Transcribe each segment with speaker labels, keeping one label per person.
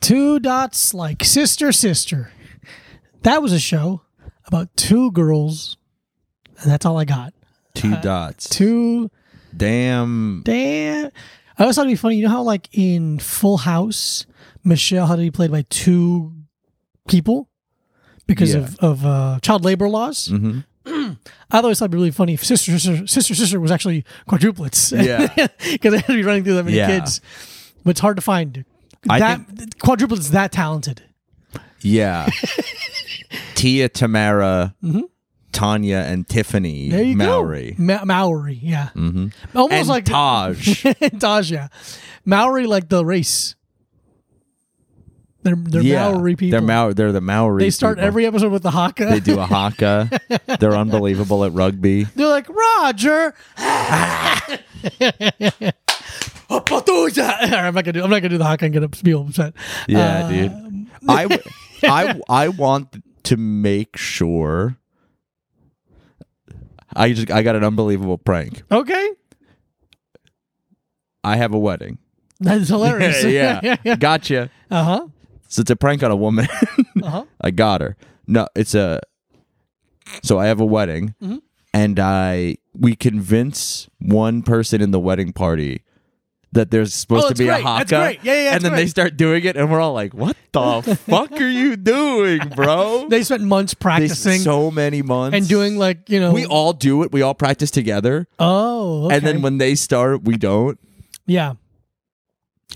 Speaker 1: Blue Dots Like Sister Sister. That was a show about two girls, and that's all I got.
Speaker 2: Two dots.
Speaker 1: Uh-huh. Two
Speaker 2: Damn.
Speaker 1: damn. I always thought it'd be funny. You know how, like in Full House, Michelle had to be played by two people because
Speaker 2: Yeah.
Speaker 1: of of uh, child labor laws.
Speaker 2: Mhm.
Speaker 1: I always thought it'd be really funny if sister sister sister sister was actually quadruplets.
Speaker 2: Yeah.
Speaker 1: because they had to be running through that many
Speaker 2: Yeah.
Speaker 1: kids. But it's hard to find.
Speaker 2: I
Speaker 1: That quadruplets that talented.
Speaker 2: Yeah. Tia, Tamara, Tanya, and Tiffany
Speaker 1: Mm-hmm. There you
Speaker 2: Mowry.
Speaker 1: go. Ma- Maori, yeah.
Speaker 2: Mhm.
Speaker 1: Almost
Speaker 2: And
Speaker 1: like
Speaker 2: Taj.
Speaker 1: Taj, yeah. Maori like the race. They're they're
Speaker 2: yeah.
Speaker 1: Maori people.
Speaker 2: They're Maori. They're the Maori.
Speaker 1: they start
Speaker 2: people.
Speaker 1: every episode with the haka.
Speaker 2: They do a haka. They're unbelievable at rugby.
Speaker 1: They're like Roger. Alright, I'm not gonna do. I'm not gonna do the haka and get up, be all upset.
Speaker 2: Yeah,
Speaker 1: Uh,
Speaker 2: dude. I, w- I, I want to make sure. I just I got an unbelievable prank.
Speaker 1: Okay,
Speaker 2: I have a wedding.
Speaker 1: that's hilarious.
Speaker 2: Gotcha.
Speaker 1: Uh huh.
Speaker 2: So it's a prank on a woman.
Speaker 1: Uh huh.
Speaker 2: I got her. No, it's a. So I have a wedding,
Speaker 1: Mm-hmm.
Speaker 2: and I we convince one person in the wedding party that there's supposed
Speaker 1: Oh,
Speaker 2: to
Speaker 1: that's
Speaker 2: be a
Speaker 1: great.
Speaker 2: haka.
Speaker 1: That's great. Yeah, yeah, that's
Speaker 2: and then they
Speaker 1: great.
Speaker 2: start doing it, and we're all like, "What the fuck are you doing, bro?"
Speaker 1: They spent months
Speaker 2: They-
Speaker 1: practicing
Speaker 2: so many months
Speaker 1: and doing like you know.
Speaker 2: We all do it. We all practice together,
Speaker 1: Oh, okay.
Speaker 2: and then when they start, we don't.
Speaker 1: Yeah.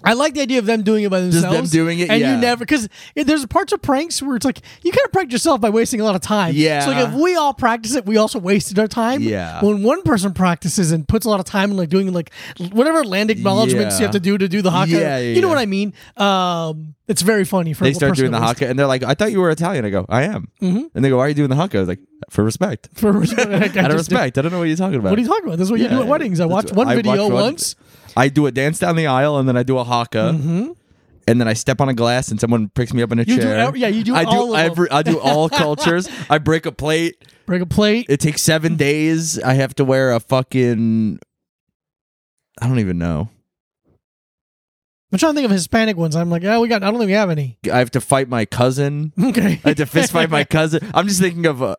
Speaker 1: I like the idea of them doing it by
Speaker 2: them
Speaker 1: themselves.
Speaker 2: doing it,
Speaker 1: and
Speaker 2: yeah.
Speaker 1: you never because there's parts of pranks where it's like you kind of prank yourself by wasting a lot of time.
Speaker 2: Yeah.
Speaker 1: So like if we all practice it, we also wasted our time.
Speaker 2: Yeah.
Speaker 1: When one person practices and puts a lot of time in like doing like whatever land acknowledgments you
Speaker 2: Yeah.
Speaker 1: have to do to do the haka,
Speaker 2: Yeah, yeah,
Speaker 1: you know
Speaker 2: yeah.
Speaker 1: what I mean. Um, it's very funny for
Speaker 2: They
Speaker 1: a
Speaker 2: start
Speaker 1: person
Speaker 2: doing the
Speaker 1: to waste-
Speaker 2: haka, and they're like, "I thought you were Italian." I go, "I am," and they go, "Why are you doing the haka?" I was like, "For respect."
Speaker 1: For respect,
Speaker 2: Out of respect, I don't know what you're talking about.
Speaker 1: What are you talking about? This is what you do at weddings. I watched one video once. Mm-hmm.
Speaker 2: I do a dance down the aisle, and then I do a haka, and then I step on a glass, and someone picks me up in a
Speaker 1: Hmm. You do
Speaker 2: chair.
Speaker 1: ev- yeah, you do
Speaker 2: I
Speaker 1: all
Speaker 2: do
Speaker 1: of them.
Speaker 2: every. I do all cultures. I break a plate.
Speaker 1: Break a plate.
Speaker 2: It takes seven days. I have to wear a fucking. I don't even know.
Speaker 1: I'm trying to think of Hispanic ones. I'm like, oh, we got. I don't think we have any.
Speaker 2: I have to fight my cousin.
Speaker 1: Okay.
Speaker 2: I had to fist fight my cousin. I'm just thinking of uh,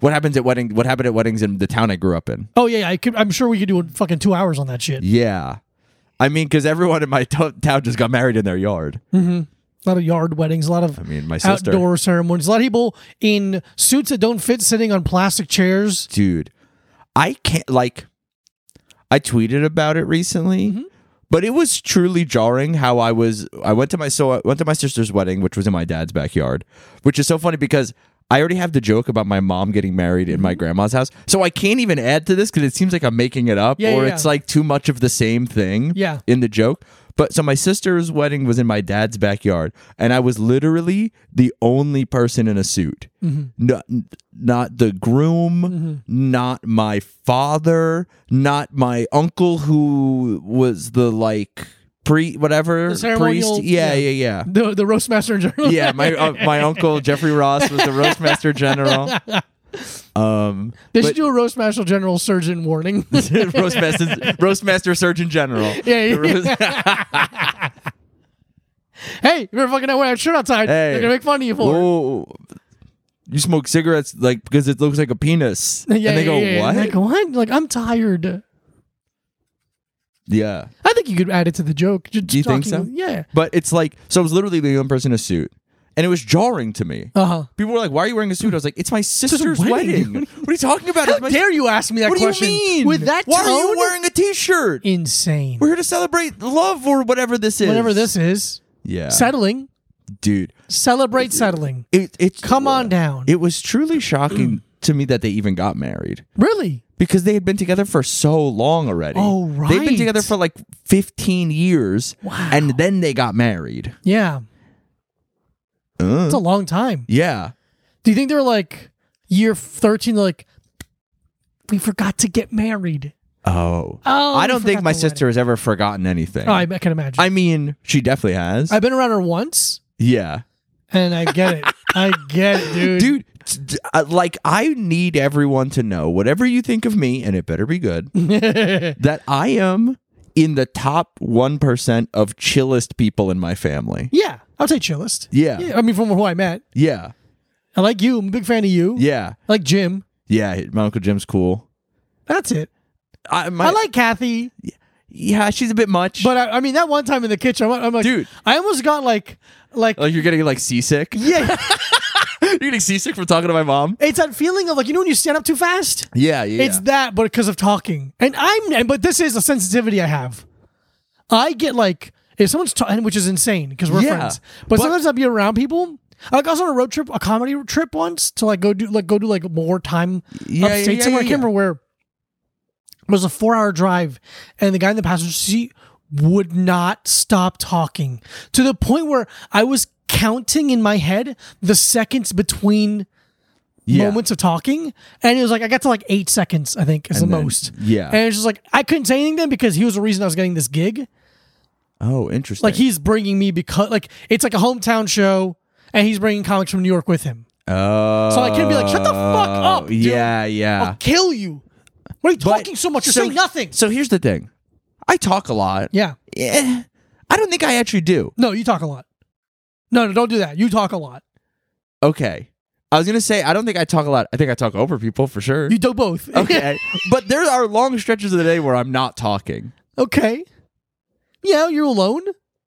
Speaker 2: what happens at wedding. What happened at weddings in the town I grew up in?
Speaker 1: Oh yeah, yeah, I could, I'm sure we could do fucking two hours on that shit.
Speaker 2: Yeah, I mean, because everyone in my to town just got married in their yard.
Speaker 1: A lot of yard weddings, a lot of
Speaker 2: I mean, my sister,
Speaker 1: outdoor ceremonies, a lot of people in suits that don't fit, sitting on plastic chairs.
Speaker 2: dude. I can't like. I tweeted about it recently,
Speaker 1: Mm-hmm.
Speaker 2: but it was truly jarring how I was. I went to my so I went to my sister's wedding, which was in my dad's backyard, which is so funny because. I already have the joke about my mom getting married in
Speaker 1: Mm-hmm.
Speaker 2: my grandma's house, so I can't even add to this because it seems like I'm making it up,
Speaker 1: Yeah,
Speaker 2: or
Speaker 1: yeah,
Speaker 2: it's
Speaker 1: yeah.
Speaker 2: like too much of the same thing
Speaker 1: Yeah.
Speaker 2: in the joke. But so my sister's wedding was in my dad's backyard, and I was literally the only person in a suit.
Speaker 1: Mm-hmm.
Speaker 2: Not, not the groom, not my father, not my uncle who was the like pre whatever
Speaker 1: The ceremonial-
Speaker 2: priest. Yeah,
Speaker 1: yeah.
Speaker 2: yeah, yeah.
Speaker 1: The the roast master and general.
Speaker 2: Yeah, my uh, my uncle Jeffrey Ross was the roastmaster general. Um,
Speaker 1: they should do a roast master general surgeon warning.
Speaker 2: roastmaster roastmaster surgeon general.
Speaker 1: Yeah, yeah.
Speaker 2: The roast-
Speaker 1: hey, you're fucking out wearing a shirt outside.
Speaker 2: Hey.
Speaker 1: They're gonna make fun of you for. it.
Speaker 2: Whoa. You smoke cigarettes like because it looks like a penis.
Speaker 1: Yeah,
Speaker 2: and they
Speaker 1: yeah,
Speaker 2: go,
Speaker 1: yeah, yeah.
Speaker 2: What?
Speaker 1: Like what? Like I'm tired.
Speaker 2: yeah.
Speaker 1: I think you could add it to the joke. Just
Speaker 2: Do you think
Speaker 1: talking
Speaker 2: so?
Speaker 1: with- Yeah.
Speaker 2: But it's like so I was literally the only person in a suit. And it was jarring to me.
Speaker 1: Uh huh.
Speaker 2: People were like, Why are you wearing a suit? I was like, It's my sister's
Speaker 1: wedding.
Speaker 2: wedding. What are you talking about?
Speaker 1: How
Speaker 2: It's my-
Speaker 1: dare you ask me that
Speaker 2: what
Speaker 1: question?
Speaker 2: do you mean?
Speaker 1: With that
Speaker 2: Why
Speaker 1: tone,
Speaker 2: are you wearing a t shirt?
Speaker 1: insane.
Speaker 2: We're here to celebrate love or whatever this is.
Speaker 1: Whatever this is,
Speaker 2: Yeah.
Speaker 1: settling.
Speaker 2: Dude.
Speaker 1: Celebrate settling.
Speaker 2: It it's
Speaker 1: Come on down.
Speaker 2: It was truly shocking to me that they even got married.
Speaker 1: really?
Speaker 2: because they had been together for so long already.
Speaker 1: Oh,
Speaker 2: They've
Speaker 1: right.
Speaker 2: been together for like 15 years.
Speaker 1: Wow.
Speaker 2: And then they got married.
Speaker 1: Yeah.
Speaker 2: Uh.
Speaker 1: It's a long time.
Speaker 2: Yeah.
Speaker 1: Do you think they're like year 13 they're like we forgot to get married?
Speaker 2: Oh.
Speaker 1: Oh,
Speaker 2: I
Speaker 1: we
Speaker 2: don't think
Speaker 1: forgot
Speaker 2: my
Speaker 1: the
Speaker 2: sister has ever forgotten anything.
Speaker 1: Oh, I, I can imagine.
Speaker 2: I mean, she definitely has.
Speaker 1: I've been around her once
Speaker 2: yeah.
Speaker 1: and I get it. I get it, dude.
Speaker 2: Dude, t- d- uh, like, I need everyone to know whatever you think of me, and it better be good, that I am in the top 1% of chillest people in my family.
Speaker 1: Yeah, I would say chillest.
Speaker 2: Yeah.
Speaker 1: I mean, from who I met,
Speaker 2: Yeah.
Speaker 1: I like you. I'm a big fan of you.
Speaker 2: Yeah.
Speaker 1: I like Jim.
Speaker 2: Yeah. My Uncle Jim's cool.
Speaker 1: That's it.
Speaker 2: I, my,
Speaker 1: I like Kathy,
Speaker 2: yeah, she's a bit much.
Speaker 1: but I, I mean that one time in the kitchen, I'm, I'm like,
Speaker 2: Dude.
Speaker 1: I almost got like, like,
Speaker 2: like you're getting like seasick.
Speaker 1: yeah,
Speaker 2: you're getting seasick from talking to my mom.
Speaker 1: it's that feeling of like, you know, when you stand up too fast.
Speaker 2: Yeah. Yeah.
Speaker 1: It's that, but because of talking, and I'm, and- but this is a sensitivity I have. I get like if someone's talking, which is insane because we're
Speaker 2: Yeah.
Speaker 1: friends. But,
Speaker 2: But-
Speaker 1: sometimes I'll be around people. Like I was on a road trip, a comedy trip once to like go do like go do like more time
Speaker 2: Yeah, yeah,
Speaker 1: upstate
Speaker 2: yeah,
Speaker 1: somewhere.
Speaker 2: yeah,
Speaker 1: I can't
Speaker 2: yeah.
Speaker 1: remember where. It was a four hour drive, and the guy in the passenger seat would not stop talking to the point where I was counting in my head the seconds between
Speaker 2: yeah.
Speaker 1: moments of talking, and it was like I got to like eight seconds, I think, is the
Speaker 2: then-
Speaker 1: most.
Speaker 2: yeah.
Speaker 1: and it's just like I couldn't say anything then because he was the reason I was getting this gig.
Speaker 2: Oh, interesting.
Speaker 1: Like he's bringing me because like it's like a hometown show, and he's bringing comics from New York with him.
Speaker 2: Oh.
Speaker 1: So I can't be like, "Shut the fuck up, dude." Oh.
Speaker 2: Yeah. Yeah.
Speaker 1: I'll kill you. What are you
Speaker 2: But-
Speaker 1: talking so much? You're saying nothing.
Speaker 2: So here's the thing. I talk a lot.
Speaker 1: Yeah.
Speaker 2: Eh, I don't think I actually do.
Speaker 1: No, you talk a lot. No, no, don't do that. You talk a lot.
Speaker 2: Okay. I was gonna say I don't think I talk a lot. I think I talk over people for sure.
Speaker 1: You do both.
Speaker 2: okay. but there are long stretches of the day where I'm not talking.
Speaker 1: okay. Yeah, you're alone.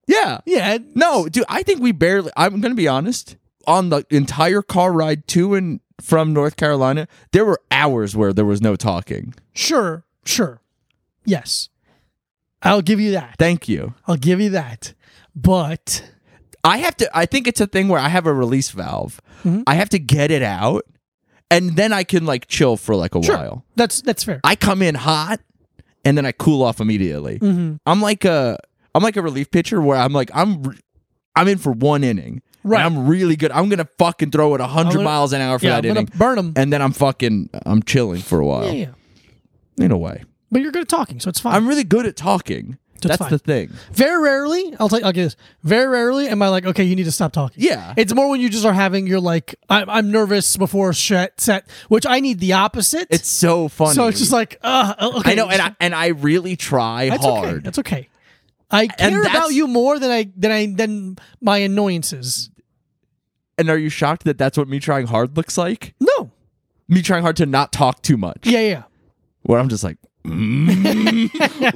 Speaker 2: Yeah.
Speaker 1: Yeah.
Speaker 2: No, dude, I think we barely I'm gonna be honest. On the entire car ride to and from North Carolina, there were hours where there was no talking.
Speaker 1: Sure. Sure. Yes. I'll give you that.
Speaker 2: Thank you.
Speaker 1: I'll give you that. But
Speaker 2: I have to. I think it's a thing where I have a release valve. I have to get it out, and then I can like chill for like a
Speaker 1: Sure.
Speaker 2: while.
Speaker 1: that's that's fair.
Speaker 2: I come in hot, and then I cool off immediately.
Speaker 1: Mm-hmm.
Speaker 2: I'm like a I'm like a relief pitcher where I'm like I'm re- I'm in for one inning. and
Speaker 1: Right.
Speaker 2: I'm really good. I'm gonna fucking throw it hundred
Speaker 1: gonna-
Speaker 2: miles an hour for
Speaker 1: yeah,
Speaker 2: that
Speaker 1: I'm gonna
Speaker 2: inning,
Speaker 1: burn them.
Speaker 2: and then I'm fucking I'm chilling for a while.
Speaker 1: yeah, yeah.
Speaker 2: In a way,
Speaker 1: But you're good at talking, so it's fine.
Speaker 2: I'm really good at talking. That's,
Speaker 1: fine.
Speaker 2: the thing.
Speaker 1: very rarely, I'll tell you, I'll get this. Very rarely am I like, okay, you need to stop talking.
Speaker 2: Yeah.
Speaker 1: It's more when you just are having your like, I'm, I'm nervous before a set, set, which I need the opposite.
Speaker 2: It's so funny.
Speaker 1: so it's just like, uh, okay.
Speaker 2: I know, and I and I really try
Speaker 1: that's
Speaker 2: hard.
Speaker 1: okay. That's okay. I care about
Speaker 2: that's-
Speaker 1: you more than I than I than my annoyances.
Speaker 2: And are you shocked that that's what me trying hard looks like?
Speaker 1: No.
Speaker 2: Me trying hard to not talk too much.
Speaker 1: Yeah, yeah.
Speaker 2: Where I'm just like, mm,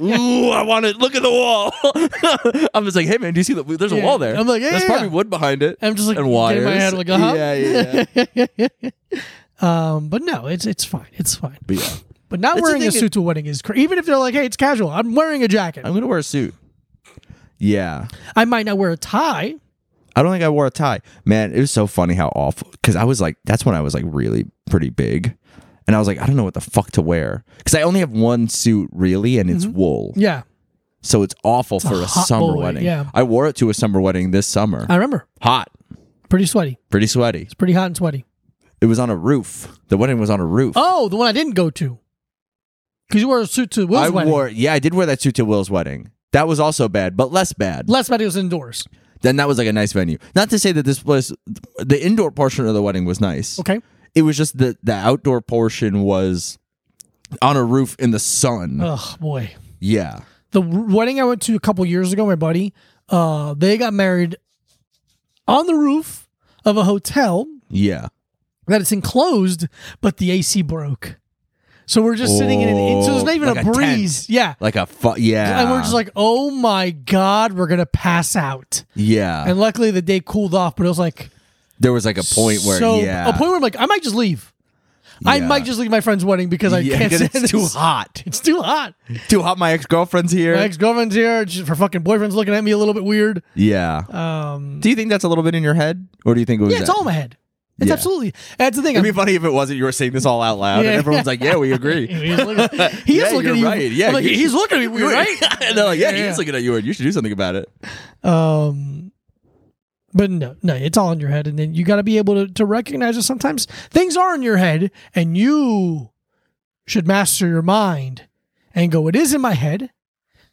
Speaker 2: ooh, I want to look at the wall. I'm just like, hey man, do you see the? There's a
Speaker 1: Yeah.
Speaker 2: wall there.
Speaker 1: I'm like, yeah,
Speaker 2: there's
Speaker 1: yeah,
Speaker 2: probably
Speaker 1: yeah.
Speaker 2: wood behind it.
Speaker 1: I'm just like
Speaker 2: and
Speaker 1: getting
Speaker 2: wires.
Speaker 1: my head like, uh-huh.
Speaker 2: Yeah, yeah. yeah.
Speaker 1: Um, but no, it's it's fine. It's fine.
Speaker 2: but yeah,
Speaker 1: But not
Speaker 2: That's the
Speaker 1: wearing a
Speaker 2: thing,
Speaker 1: suit to a wedding is cra- even if they're like, hey, it's casual. I'm wearing a jacket.
Speaker 2: I'm gonna wear a suit. Yeah,
Speaker 1: I might not wear a tie.
Speaker 2: I don't think I wore a tie. Man, it was so funny how awful. Because I was like, that's when I was like really pretty big, and I was like, I don't know what the fuck to wear because I only have one suit really, and
Speaker 1: Mm-hmm.
Speaker 2: it's wool.
Speaker 1: Yeah,
Speaker 2: So it's awful for a,
Speaker 1: hot
Speaker 2: summer
Speaker 1: boy,
Speaker 2: wedding.
Speaker 1: yeah.
Speaker 2: I wore it to a summer wedding this summer.
Speaker 1: I remember.
Speaker 2: hot,
Speaker 1: Pretty sweaty.
Speaker 2: pretty sweaty.
Speaker 1: It's pretty hot and sweaty.
Speaker 2: It was on a roof. The wedding was on a roof.
Speaker 1: Oh, the one I didn't go to. Because you wore a suit to Will's
Speaker 2: I
Speaker 1: wedding.
Speaker 2: wore yeah, I did wear that suit to Will's wedding. That was also bad, but less bad.
Speaker 1: Last wedding was indoors.
Speaker 2: then that was like a nice venue. Not to say that this place the indoor portion of the wedding was nice.
Speaker 1: Okay.
Speaker 2: It was just the the outdoor portion was on a roof in the sun.
Speaker 1: Oh boy,
Speaker 2: yeah.
Speaker 1: the w- wedding I went to a couple years ago, my buddy, uh, they got married on the roof of a hotel
Speaker 2: Yeah.
Speaker 1: that it's enclosed, but the AC broke. So we're just sitting in an in, so there's not even
Speaker 2: Like
Speaker 1: a
Speaker 2: a tent.
Speaker 1: breeze. yeah.
Speaker 2: Like a fu- yeah.
Speaker 1: And we're just like, oh my God, we're going to pass out.
Speaker 2: yeah.
Speaker 1: And luckily the day cooled off, but it was like,
Speaker 2: there was like a point where
Speaker 1: so
Speaker 2: yeah.
Speaker 1: a point where I'm like, I might just leave. I
Speaker 2: Yeah.
Speaker 1: might just leave my friend's wedding because I
Speaker 2: Yeah,
Speaker 1: can't.
Speaker 2: 'cause
Speaker 1: stand
Speaker 2: it's too
Speaker 1: this.
Speaker 2: hot.
Speaker 1: It's too hot.
Speaker 2: Too hot. My ex girlfriend's here.
Speaker 1: My ex girlfriend's here. She, her fucking boyfriend's looking at me a little bit weird.
Speaker 2: yeah.
Speaker 1: Um,
Speaker 2: Do you think that's a little bit in your head, or do you think it was?
Speaker 1: yeah, it's
Speaker 2: that-
Speaker 1: all in my head. It's
Speaker 2: Yeah.
Speaker 1: absolutely. That's the thing.
Speaker 2: It'd
Speaker 1: I'm-
Speaker 2: be funny if it wasn't. You were saying this all out loud,
Speaker 1: Yeah.
Speaker 2: and everyone's like, "Yeah, we agree."
Speaker 1: He is looking, he
Speaker 2: yeah,
Speaker 1: is looking
Speaker 2: you're
Speaker 1: at you.
Speaker 2: right. Yeah,
Speaker 1: I'm like,
Speaker 2: you
Speaker 1: he's
Speaker 2: should-
Speaker 1: looking at me weird, right?
Speaker 2: and they're like, "Yeah,
Speaker 1: Yeah.
Speaker 2: he's looking at you, and you should do something about it."
Speaker 1: Um, but no, no, it's all in your head, and then you got to be able to, to recognize that sometimes things are in your head, and you should master your mind and go. It is in my head.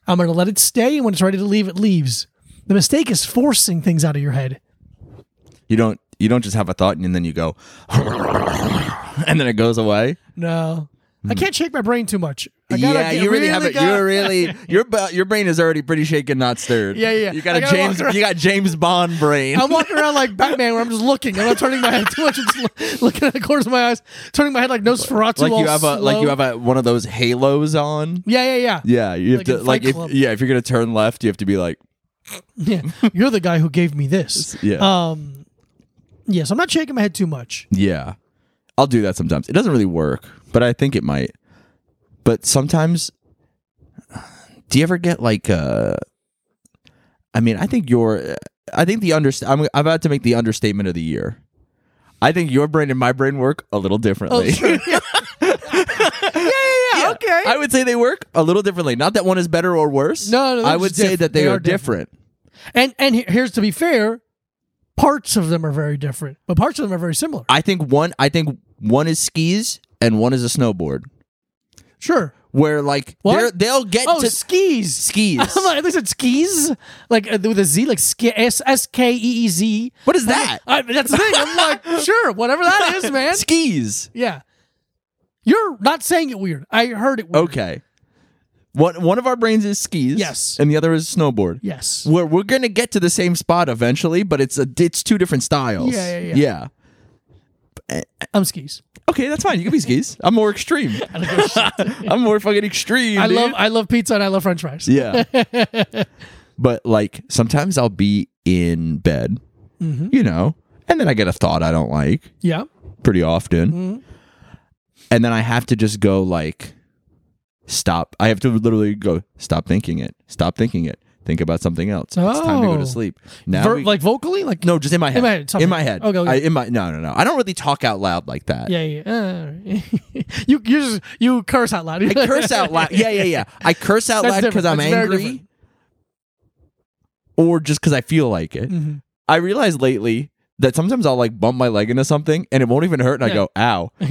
Speaker 1: I'm going to let it stay, and when it's ready to leave, it leaves. The mistake is forcing things out of your head.
Speaker 2: You don't. You don't just have a thought and then you go, and then it goes away.
Speaker 1: No, I can't shake my brain too much. I gotta
Speaker 2: Hmm. yeah,
Speaker 1: get-
Speaker 2: you really, have it.
Speaker 1: got-
Speaker 2: You're really your bu- your brain is already pretty shaken, not stirred.
Speaker 1: Yeah, yeah.
Speaker 2: You
Speaker 1: I
Speaker 2: got a
Speaker 1: gotta
Speaker 2: James.
Speaker 1: walk around-
Speaker 2: You got James Bond brain.
Speaker 1: I'm walking around like Batman, where I'm just looking. I'm not turning my head too much. I'm just lo- looking at the corners of my eyes, turning my head like Nosferatu.
Speaker 2: like
Speaker 1: all
Speaker 2: you have a like
Speaker 1: slow.
Speaker 2: you have a one of those halos on.
Speaker 1: Yeah, yeah, yeah.
Speaker 2: Yeah, you have
Speaker 1: Like in
Speaker 2: to
Speaker 1: Fight
Speaker 2: like if,
Speaker 1: Club.
Speaker 2: yeah if you're gonna turn left, you have to be like
Speaker 1: Yeah, you're the guy who gave me this.
Speaker 2: yeah
Speaker 1: Um, yes, I'm not shaking my head too much.
Speaker 2: yeah. I'll do that sometimes. It doesn't really work, but I think it might. But sometimes, do you ever get like uh? I mean, I think your I think the under I'm I'm about to make the understatement of the year. I think your brain and my brain work a little differently.
Speaker 1: Oh, yeah, yeah, yeah, Okay.
Speaker 2: I would say they work a little differently. Not that one is better or worse.
Speaker 1: No, no, they're
Speaker 2: I would
Speaker 1: just
Speaker 2: say
Speaker 1: diff-
Speaker 2: that they,
Speaker 1: they
Speaker 2: are,
Speaker 1: are different.
Speaker 2: different.
Speaker 1: and and he- here's to be fair, parts of them are very different, but parts of them are very similar.
Speaker 2: I think one. I think one is skis and one is a snowboard.
Speaker 1: Sure.
Speaker 2: Where like
Speaker 1: What?
Speaker 2: they're- they'll get
Speaker 1: Oh,
Speaker 2: Uh, to
Speaker 1: skis.
Speaker 2: skis.
Speaker 1: I'm like, at least it's skis, like uh, with a Z, like ski, S S K E E Z.
Speaker 2: what is that?
Speaker 1: I, that's the thing. I'm like, sure, whatever that is, Oh, man.
Speaker 2: Skis.
Speaker 1: Yeah. You're not saying it weird. I heard it weird.
Speaker 2: Okay. One one of our brains is skis.
Speaker 1: Yes.
Speaker 2: and the other is snowboard.
Speaker 1: Yes.
Speaker 2: We're we're gonna get to the same spot eventually, but it's a it's two different styles.
Speaker 1: Yeah, yeah, yeah.
Speaker 2: yeah.
Speaker 1: I'm skis.
Speaker 2: Okay, that's fine. You can be skis. I'm more extreme.
Speaker 1: I, don't give a shit.
Speaker 2: I'm more fucking extreme.
Speaker 1: I
Speaker 2: dude.
Speaker 1: love I love pizza and I love french fries.
Speaker 2: Yeah. but like sometimes I'll be in bed,
Speaker 1: Mm-hmm.
Speaker 2: you know, and then I get a thought I don't like
Speaker 1: Yeah.
Speaker 2: pretty often. And then I have to just go like stop. I have to literally go stop thinking it. Stop thinking it. Think about something else. It's time to go
Speaker 1: Oh.
Speaker 2: to sleep. Now
Speaker 1: Ver-
Speaker 2: we-
Speaker 1: like vocally? Like
Speaker 2: no, just in my head.
Speaker 1: my head, something.
Speaker 2: head.
Speaker 1: Okay, okay.
Speaker 2: I, in my no, no, no. I don't really talk out loud like that.
Speaker 1: Yeah, yeah. yeah. Uh, you you just you curse out loud.
Speaker 2: I curse out loud. Yeah, yeah, yeah. I curse out
Speaker 1: That's
Speaker 2: loud because I'm
Speaker 1: different. That's very
Speaker 2: angry,
Speaker 1: different.
Speaker 2: or just because I feel like it.
Speaker 1: Mhm.
Speaker 2: I realized lately that sometimes I'll like bump my leg into something and it won't even hurt, and I
Speaker 1: Yeah.
Speaker 2: go ow.
Speaker 1: Yeah.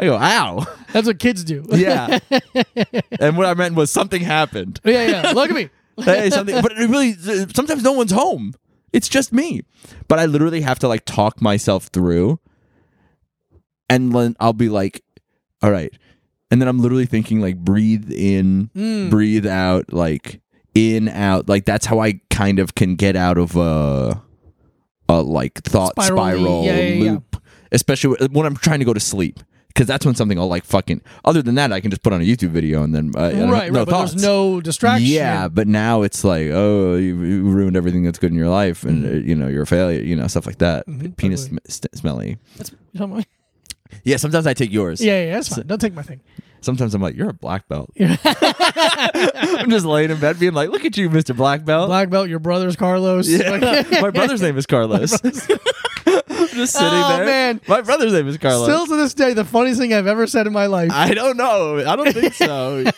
Speaker 2: I go ow.
Speaker 1: That's what kids do.
Speaker 2: Yeah. and what I meant was something happened.
Speaker 1: yeah, yeah. Look at me.
Speaker 2: Hey, something. But it really, sometimes no one's home. It's just me. But I literally have to like talk myself through, and then I'll be like, all right. And then I'm literally thinking like breathe in
Speaker 1: Mm.
Speaker 2: breathe out like in out like that's how i kind of can get out of a, a like thought
Speaker 1: Spiral-y,
Speaker 2: spiral
Speaker 1: yeah, yeah, yeah.
Speaker 2: loop especially wh- when i'm trying to go to sleep because that's when something i'll like fucking other than that i can just put on a youtube video and then uh, I don't-
Speaker 1: right,
Speaker 2: no
Speaker 1: right. But
Speaker 2: thoughts
Speaker 1: there's no distraction.
Speaker 2: yeah but now it's like oh you, you ruined everything that's good in your life and uh, you know you're a failure you know stuff like that
Speaker 1: Mhm,
Speaker 2: penis
Speaker 1: Mm-hmm. totally.
Speaker 2: sm- st- smelly
Speaker 1: That's, you know, my-
Speaker 2: yeah sometimes i take yours
Speaker 1: yeah, yeah, that's fine. Don't take my thing.
Speaker 2: sometimes i'm like you're a black belt i'm just laying in bed being like look at you mr black belt
Speaker 1: Black belt, your brother's Carlos.
Speaker 2: Yeah. my brother's name is Carlos. Just sitting
Speaker 1: Oh,
Speaker 2: there.
Speaker 1: man.
Speaker 2: My brother's name is Carlos.
Speaker 1: Still to this day, the funniest thing I've ever said in my life.
Speaker 2: I don't know. I don't think so.
Speaker 1: if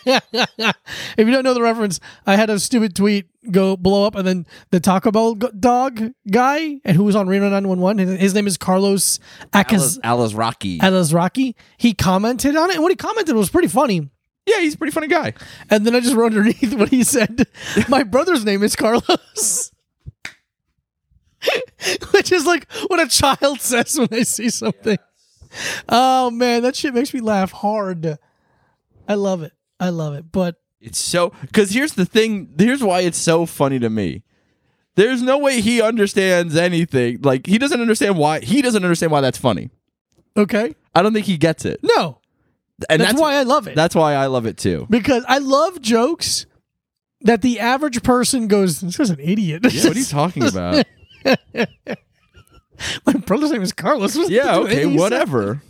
Speaker 1: you don't know the reference, I had a stupid tweet go blow up, and then the Taco Bell g- dog guy, and who was on Reno 911, and his name is Carlos Acas-
Speaker 2: Alice, Alice Rocky.
Speaker 1: Rocky. He commented on it, and what he commented was pretty funny.
Speaker 2: yeah, he's a pretty funny guy.
Speaker 1: And then I just wrote underneath what he said. My brother's name is Carlos. Which is like what a child says when they see something. Oh man, that shit makes me laugh hard. I love it. I love it. But
Speaker 2: It's so because here's the thing. Here's why it's so funny to me. There's no way he understands anything. Like he doesn't understand why he doesn't understand why that's funny.
Speaker 1: okay.
Speaker 2: I don't think he gets it,
Speaker 1: No.
Speaker 2: and
Speaker 1: That's, why I love it.
Speaker 2: that's why I love it too.
Speaker 1: because I love jokes that the average person goes, This guy's an idiot.
Speaker 2: Yeah, what are you talking about?
Speaker 1: My brother's name is Carlos. What does that
Speaker 2: Yeah,
Speaker 1: do with
Speaker 2: okay,
Speaker 1: any sense?
Speaker 2: whatever.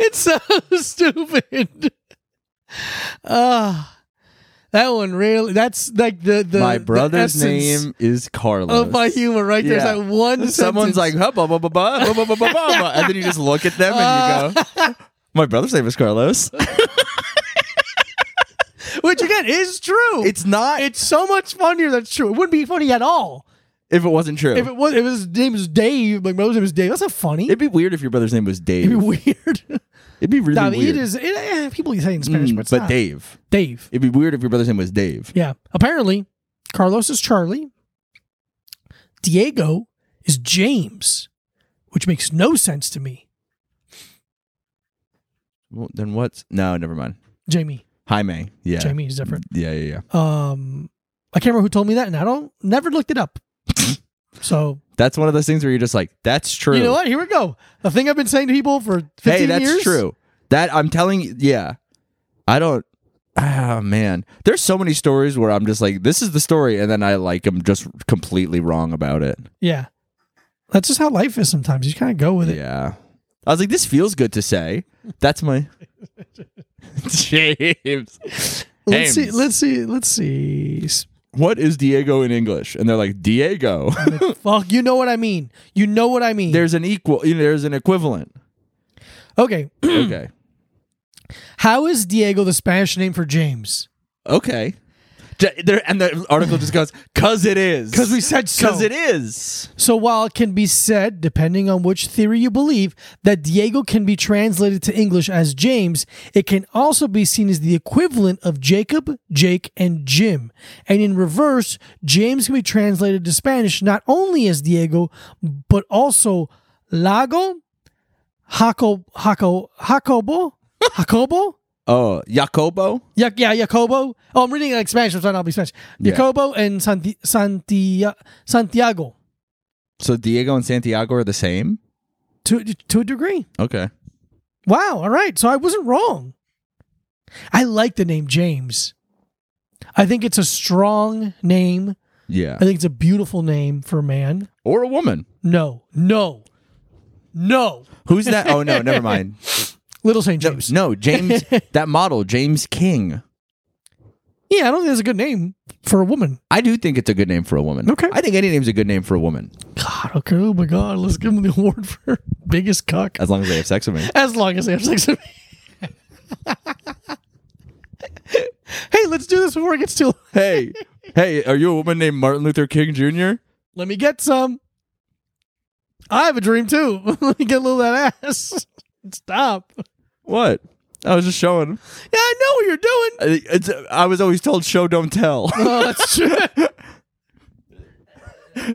Speaker 1: It's so stupid. Ah, that one really. That's like the the
Speaker 2: My
Speaker 1: the
Speaker 2: brother's
Speaker 1: essence
Speaker 2: name is Carlos.
Speaker 1: of my humor right there.
Speaker 2: Yeah.
Speaker 1: There's that one.
Speaker 2: Someone's like,
Speaker 1: sentence.
Speaker 2: huh, blah, blah, blah, blah, blah, blah, blah, blah, blah," and then you just look at them and you
Speaker 1: Uh.
Speaker 2: go, my brother's name is Carlos.
Speaker 1: which again is true.
Speaker 2: It's not
Speaker 1: it's so much funnier. That's true. It wouldn't be funny at all
Speaker 2: if it wasn't true.
Speaker 1: if it was. If his name is Dave, my brother's name is Dave. That's not funny.
Speaker 2: It'd be weird if your brother's name was Dave.
Speaker 1: It'd be weird.
Speaker 2: It'd be really
Speaker 1: David
Speaker 2: weird.
Speaker 1: is. It, eh, people say it in Spanish,
Speaker 2: Mm,
Speaker 1: but, it's
Speaker 2: but
Speaker 1: not.
Speaker 2: Dave.
Speaker 1: Dave.
Speaker 2: It'd be weird if your brother's name was Dave.
Speaker 1: Yeah. Apparently, Carlos is Charlie. Diego is James, which makes no sense to me.
Speaker 2: Well, then what's no? Never mind.
Speaker 1: Jamie.
Speaker 2: Jaime. Yeah.
Speaker 1: Jamie is different.
Speaker 2: Yeah, yeah, yeah.
Speaker 1: Um, I can't remember who told me that, and I don't never looked it up. so
Speaker 2: That's one of those things where you're just like, that's true.
Speaker 1: you know what? Here we go. The thing I've been saying to people for 15
Speaker 2: hey, that's
Speaker 1: years.
Speaker 2: true. That I'm telling you. Yeah. I don't. Ah, man. There's so many stories where I'm just like, this is the story, and then I like am just completely wrong about it.
Speaker 1: Yeah, that's just how life is. Sometimes you kind of go with it.
Speaker 2: Yeah. I was like, this feels good to say. That's my James.
Speaker 1: Let's see.
Speaker 2: Ames.
Speaker 1: Let's see. Let's see. S-
Speaker 2: What is Diego in English? And they're like, Diego.
Speaker 1: Fuck, you know what I mean. You know what I mean.
Speaker 2: there's an equal. You know, there's an equivalent.
Speaker 1: okay.
Speaker 2: okay.
Speaker 1: How is Diego the Spanish name for James?
Speaker 2: Okay. J- there, and the article just goes, "Cause it is."
Speaker 1: Because we said so.
Speaker 2: Because it is.
Speaker 1: So while it can be said, depending on which theory you believe, that Diego can be translated to English as James, it can also be seen as the equivalent of Jacob, Jake, and Jim. And in reverse, James can be translated to Spanish not only as Diego, but also Lago, Jaco, Jaco, Jacobo, Jacobo,
Speaker 2: Oh, Jacobo.
Speaker 1: yeah, yeah, Jacobo. Oh, I'm reading it like Spanish. I'm trying not to be Spanish.
Speaker 2: Yeah.
Speaker 1: Jacobo and Santi, Santi, Santiago
Speaker 2: So Diego and Santiago are the same.
Speaker 1: to to a degree.
Speaker 2: Okay.
Speaker 1: Wow. All right. So I wasn't wrong. I like the name James. I think it's a strong name.
Speaker 2: Yeah.
Speaker 1: I think it's a beautiful name for a man.
Speaker 2: Or a woman.
Speaker 1: No, no, no.
Speaker 2: Who's that? Oh no, never mind.
Speaker 1: Little Saint
Speaker 2: No,
Speaker 1: James.
Speaker 2: no, James. that model, James King.
Speaker 1: Yeah, I don't think that's a good name for a woman.
Speaker 2: I do think it's a good name for a woman.
Speaker 1: Okay.
Speaker 2: I think any name's a good name for a woman,
Speaker 1: God. Okay. Oh my God. Let's give him the award for biggest cock.
Speaker 2: as long as they have sex with me.
Speaker 1: As long as they have sex with me. hey, let's do this before it gets too.
Speaker 2: hey, hey, are you a woman named Martin Luther King Jr.?
Speaker 1: Let me get some. I have a dream too. Let me get a little of that ass. Stop. Yeah,
Speaker 2: What? I was just showing.
Speaker 1: I know what you're doing.
Speaker 2: I- Uh, It's, I was always told show don't tell.
Speaker 1: Oh, that's true.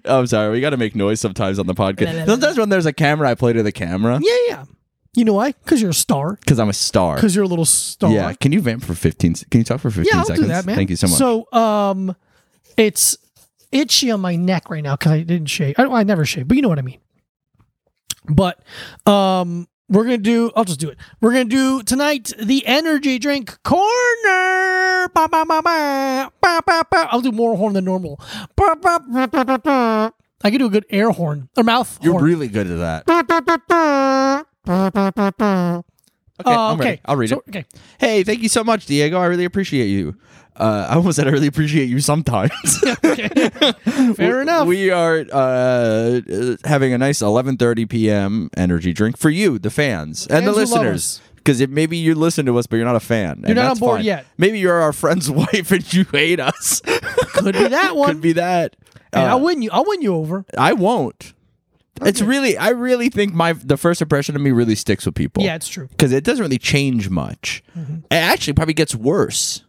Speaker 2: I'm sorry, we got to make noise sometimes on the podcast. Sometimes when there's a camera, I play to the camera
Speaker 1: yeah, yeah. You know why? Because you're a star.
Speaker 2: because I'm a star.
Speaker 1: Because you're a little star.
Speaker 2: Yeah, can you vamp for 15? se- Can you talk for 15
Speaker 1: Yeah, I'll
Speaker 2: seconds?
Speaker 1: do that, man.
Speaker 2: Thank you so much.
Speaker 1: So, um, it's itchy on my neck right now because I didn't shave. I, I never shave, but you know what I mean. But, um, we're gonna do. I'll just do it. We're gonna do tonight the energy drink corner. Ba, ba, ba, ba. Ba, ba, ba. I'll do more horn than normal. Ba, ba, ba, ba, ba, ba. I can do a good air horn or mouth
Speaker 2: You're
Speaker 1: horn.
Speaker 2: really good at that.
Speaker 1: Ba, ba, ba, ba. Ba, ba, ba, ba.
Speaker 2: Okay,
Speaker 1: Uh,
Speaker 2: I'm ready. I'll read
Speaker 1: So-
Speaker 2: it.
Speaker 1: Okay.
Speaker 2: Hey, thank you so much, Diego. I really appreciate you. Uh, I almost said I really appreciate you sometimes.
Speaker 1: Fair
Speaker 2: We-
Speaker 1: enough.
Speaker 2: We are uh, uh, having a nice 11:30 p.m. energy drink for you, the fans, and the
Speaker 1: Fans who love
Speaker 2: listeners. Because maybe you listen to us, but you're not a fan. You're
Speaker 1: not on board yet.
Speaker 2: Maybe you're our friend's wife and you hate us.
Speaker 1: Could be that one.
Speaker 2: Could be that.
Speaker 1: and
Speaker 2: Uh,
Speaker 1: I'll win you. I'll win you over.
Speaker 2: I won't. It's really, I really think my the first impression of me really sticks with people.
Speaker 1: Yeah, it's Mm-hmm. true.
Speaker 2: because it doesn't really change much. It actually probably gets worse.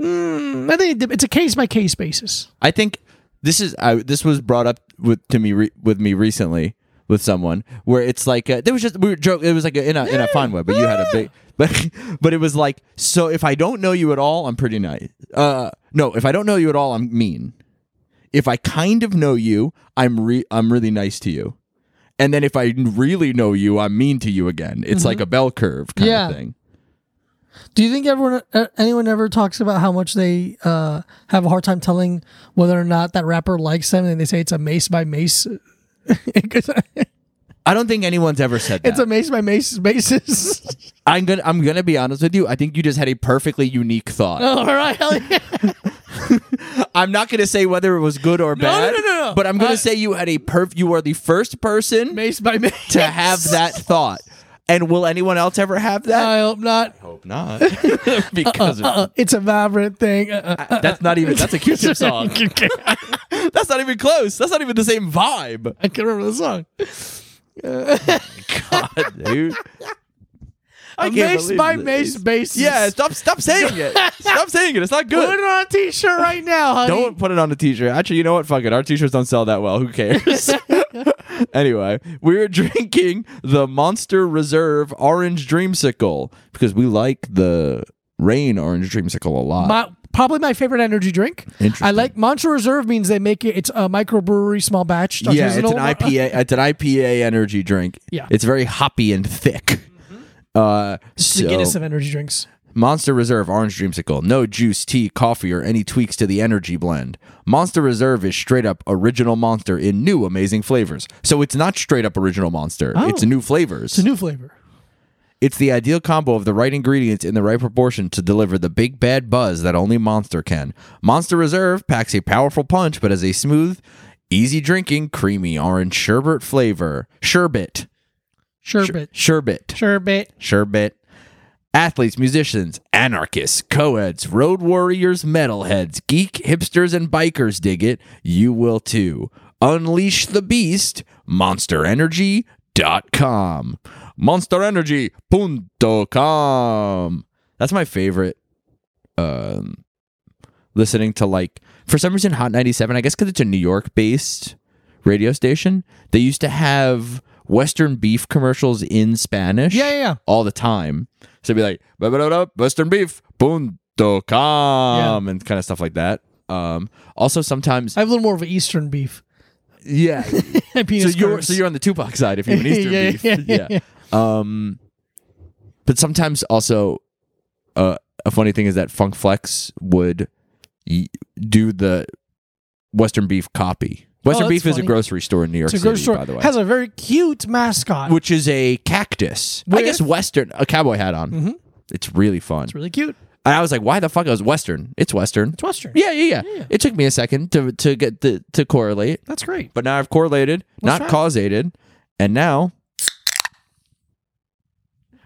Speaker 1: Mm, I think it- it's a case by case basis.
Speaker 2: I think this is I, this was brought up with to me re, with me recently with someone where it's like uh, there was just we were joke. It was like a, in a in a fun way, but you had a big but but it was like so if I don't know you at all, I'm pretty nice. Uh, no, if I don't know you at all, I'm mean. If I kind of know you, I'm re, I'm really nice to you. And then if I really know you, I'm mean to you again. It's like a bell curve kind
Speaker 1: Yeah.
Speaker 2: of thing.
Speaker 1: Do you think everyone, uh, anyone ever talks about how much they uh, have a hard time telling whether or not that rapper likes them, and they say it's a mace by mace? it's
Speaker 2: I don't think anyone's ever said that.
Speaker 1: a mace by mace basis.
Speaker 2: I'm gonna I'm gonna be honest with you. I think you just had a perfectly unique thought.
Speaker 1: Oh, All right, hell yeah.
Speaker 2: I'm not gonna say whether it was good or bad.
Speaker 1: no, no, no.
Speaker 2: But I'm gonna
Speaker 1: Uh,
Speaker 2: say you had a perf. You are the first person
Speaker 1: mace by mace.
Speaker 2: to have that thought. And will anyone else ever have that?
Speaker 1: I hope not.
Speaker 2: hope not. because
Speaker 1: Uh, it's a vibrant thing. Uh, uh, uh.
Speaker 2: that's not even that's a Q-tip song. that's not even close. That's not even the same vibe.
Speaker 1: I can't remember the song.
Speaker 2: God, dude. I
Speaker 1: A
Speaker 2: can't
Speaker 1: mace
Speaker 2: believe
Speaker 1: by
Speaker 2: this.
Speaker 1: mace basis.
Speaker 2: Yeah, stop stop saying it. Stop saying it. It's not
Speaker 1: Put
Speaker 2: good.
Speaker 1: it on a t-shirt right now, honey.
Speaker 2: Don't put it on a t-shirt. Actually, you know what? Fuck it. Our t-shirts don't sell that well. Who cares? Anyway, we were drinking the Monster Reserve Orange Dreamsicle because we like the rain orange dreamsicle a lot.
Speaker 1: My, probably my favorite energy drink.
Speaker 2: Uh, Interesting.
Speaker 1: I like Monster Reserve means they make it. It's a microbrewery, small batch. Dr.
Speaker 2: yeah, it's
Speaker 1: Zidol-
Speaker 2: an IPA. It's an IPA energy drink.
Speaker 1: Yeah.
Speaker 2: it's very hoppy and thick. Uh,
Speaker 1: It's the Guinness
Speaker 2: so
Speaker 1: of energy drinks.
Speaker 2: Monster Reserve Orange Dreamsicle. No juice, tea, coffee, or any tweaks to the energy blend. Monster Reserve is straight up original Monster in new amazing flavors. So it's not straight up original Monster. It's new flavors.
Speaker 1: Oh. It's a new flavor.
Speaker 2: It's the ideal combo of the right ingredients in the right proportion to deliver the big bad buzz that only Monster can. Monster Reserve packs a powerful punch, but has a smooth, easy drinking, creamy orange sherbet flavor. Sherbet.
Speaker 1: Sherbet.
Speaker 2: Sherbet.
Speaker 1: Sherbet.
Speaker 2: Sherbet. Athletes, musicians, anarchists, co-eds, road warriors, metalheads, geek, hipsters, and bikers dig it. You will too. Unleash the beast, monsterenergy.com. Monsterenergy.com. That's my favorite. Um, listening to like, for some reason, Hot 97, I guess because it's a New York based radio station, they used to have Western beef commercials in Spanish
Speaker 1: Yeah, yeah, yeah.
Speaker 2: all the time. So it'd be like "Ba, ba, da, da, Western beef, punto com, and kind of stuff like that. Um, also sometimes,
Speaker 1: I have a little more of an Eastern beef.
Speaker 2: yeah. so
Speaker 1: Penis
Speaker 2: you're
Speaker 1: curves.
Speaker 2: so you're on the Tupac side if you're an Eastern
Speaker 1: Yeah,
Speaker 2: beef,
Speaker 1: yeah, yeah, yeah.
Speaker 2: Um, but sometimes also, uh, a funny thing is that Funk Flex would y- do the Western beef copy. Western
Speaker 1: Oh, that's
Speaker 2: beef is a
Speaker 1: funny.
Speaker 2: grocery store in New York
Speaker 1: It's a
Speaker 2: City,
Speaker 1: grocery store.
Speaker 2: by the way,
Speaker 1: Has a very cute mascot.
Speaker 2: which is a cactus. I
Speaker 1: Where-
Speaker 2: guess Western, a cowboy hat on.
Speaker 1: Mhm.
Speaker 2: It's really fun.
Speaker 1: it's really cute.
Speaker 2: And I was like, why the fuck? I was Western. It's Western.
Speaker 1: It's Western.
Speaker 2: Yeah, yeah, yeah.
Speaker 1: Yeah.
Speaker 2: It took me a second to to get the to correlate,
Speaker 1: That's great.
Speaker 2: but now I've correlated,
Speaker 1: Let's
Speaker 2: not
Speaker 1: try it.
Speaker 2: causated, and now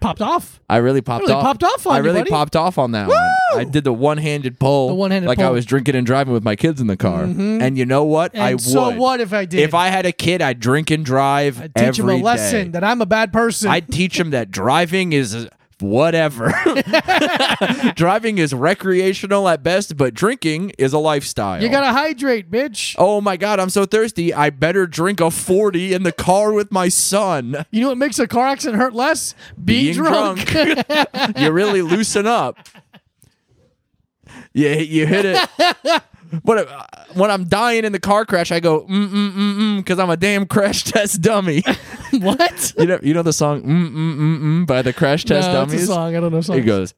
Speaker 1: Popped off.
Speaker 2: I really popped
Speaker 1: Really
Speaker 2: off.
Speaker 1: popped off on
Speaker 2: I
Speaker 1: you,
Speaker 2: really
Speaker 1: buddy.
Speaker 2: popped off on that one. I did the one-handed pull,
Speaker 1: The one-handed
Speaker 2: like I
Speaker 1: pull. Mm-hmm.
Speaker 2: was drinking and driving with my kids in the car. And you know what?
Speaker 1: And
Speaker 2: I
Speaker 1: so
Speaker 2: would.
Speaker 1: what if I did?
Speaker 2: If I had a kid, I'd drink and drive
Speaker 1: I'd teach
Speaker 2: every
Speaker 1: him a lesson
Speaker 2: day.
Speaker 1: that I'm a bad person.
Speaker 2: I'd teach him that driving is whatever. driving is recreational at best, but drinking is a lifestyle.
Speaker 1: you gotta hydrate, bitch.
Speaker 2: Oh my God, I'm so thirsty. I better drink a 40 in the car with my son.
Speaker 1: You know what makes a car accident hurt less? Being, drunk.
Speaker 2: drunk. you really loosen up. You, you hit it. But uh, when I'm dying in the car crash, I go, mm, mm, mm, mm, because I'm a damn crash test dummy.
Speaker 1: what?
Speaker 2: you, know, you know the song, mm, mm, mm, mm, by the crash
Speaker 1: No, that's
Speaker 2: test
Speaker 1: a
Speaker 2: dummies?
Speaker 1: song. I don't know. Songs.
Speaker 2: It goes.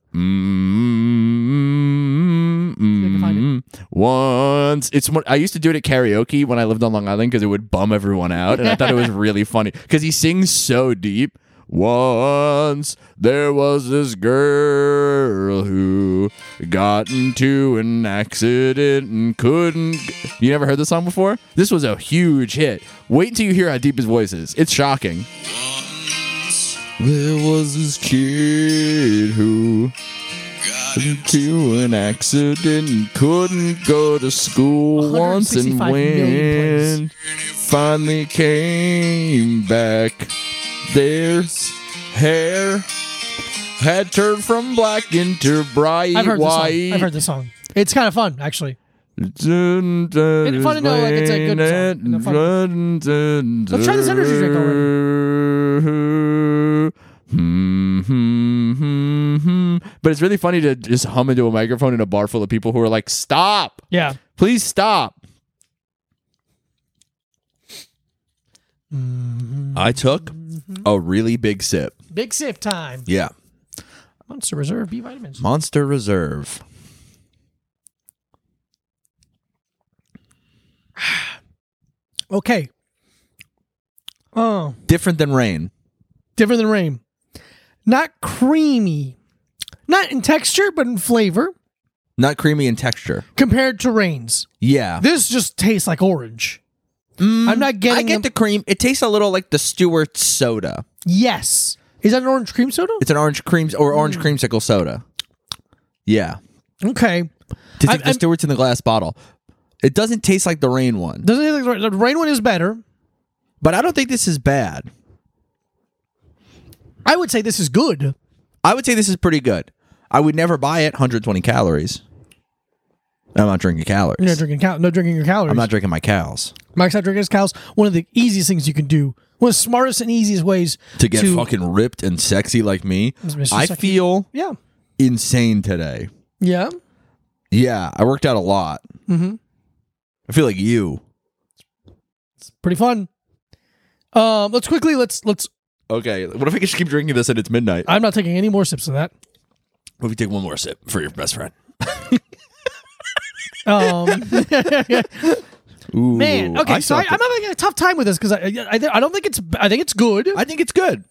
Speaker 2: "Mm, mm, mm,
Speaker 1: find
Speaker 2: mm, Once it's one. I used to do it at karaoke when I lived on Long Island because it would bum everyone out, and I thought it was really funny because he sings so deep. Once there was this girl who got into an accident and couldn't. You never heard this song before? This was a huge hit. Wait until you hear how deep his voice is. It's shocking. There was this kid who got into an accident and couldn't go to school once and
Speaker 1: 165 million
Speaker 2: when finally came back. Their hair had turned from black into bright
Speaker 1: I've heard this song.
Speaker 2: white.
Speaker 1: I've heard this song. It's kind of fun, actually.
Speaker 2: Dun, dun,
Speaker 1: It's fun to know, like, it's a good song and a fun-
Speaker 2: dun, dun,
Speaker 1: Let's try this energy drink
Speaker 2: Hmm, hmm, hmm, hmm. But it's really funny to just hum into a microphone in a bar full of people who are like, "Stop!
Speaker 1: Yeah.
Speaker 2: Please stop!" I took a really big sip.
Speaker 1: Big sip time.
Speaker 2: Yeah,
Speaker 1: Monster Reserve B vitamins.
Speaker 2: Monster Reserve.
Speaker 1: Okay. Oh,
Speaker 2: Different than rain.
Speaker 1: different than rain. Not creamy. Not in texture, but in flavor
Speaker 2: Not creamy in texture.
Speaker 1: compared to rains.
Speaker 2: Yeah,
Speaker 1: This just tastes like orange. I'm not getting
Speaker 2: Mm, I get
Speaker 1: them-
Speaker 2: the cream. It tastes a little like the Stewart soda.
Speaker 1: Yes. Is that an orange cream soda?
Speaker 2: It's an orange cream or
Speaker 1: Mm.
Speaker 2: orange creamsicle soda. Yeah.
Speaker 1: Okay.
Speaker 2: To
Speaker 1: I'm-
Speaker 2: take the
Speaker 1: I'm-
Speaker 2: Stewart's in the glass bottle. It doesn't taste like the rain one,
Speaker 1: Doesn't it like the rain one is better.
Speaker 2: but I don't think this is bad.
Speaker 1: I would say this is good.
Speaker 2: I would say this is pretty good. I would never buy it. 120 calories. I'm not drinking calories.
Speaker 1: You're not drinking cal- no drinking your calories.
Speaker 2: I'm not drinking my cows
Speaker 1: Mike's not drinking his cows. One of the easiest things you can do, one of the smartest and easiest ways
Speaker 2: to get fucking ripped and sexy like me.
Speaker 1: Mr.
Speaker 2: I
Speaker 1: Sexy.
Speaker 2: feel
Speaker 1: Yeah.
Speaker 2: insane today.
Speaker 1: Yeah.
Speaker 2: Yeah, I worked out a lot.
Speaker 1: Mhm.
Speaker 2: I feel like you.
Speaker 1: Pretty fun. Um, let's quickly let's let's
Speaker 2: Okay, what if I just keep drinking this and it's midnight?
Speaker 1: I'm not taking any more sips of that.
Speaker 2: What if you take one more sip for your best friend?
Speaker 1: Um
Speaker 2: Ooh,
Speaker 1: man, okay, so I,
Speaker 2: suck
Speaker 1: I'm
Speaker 2: at-
Speaker 1: having a tough time with this because I, I I don't think it's I think it's good.
Speaker 2: I think it's good.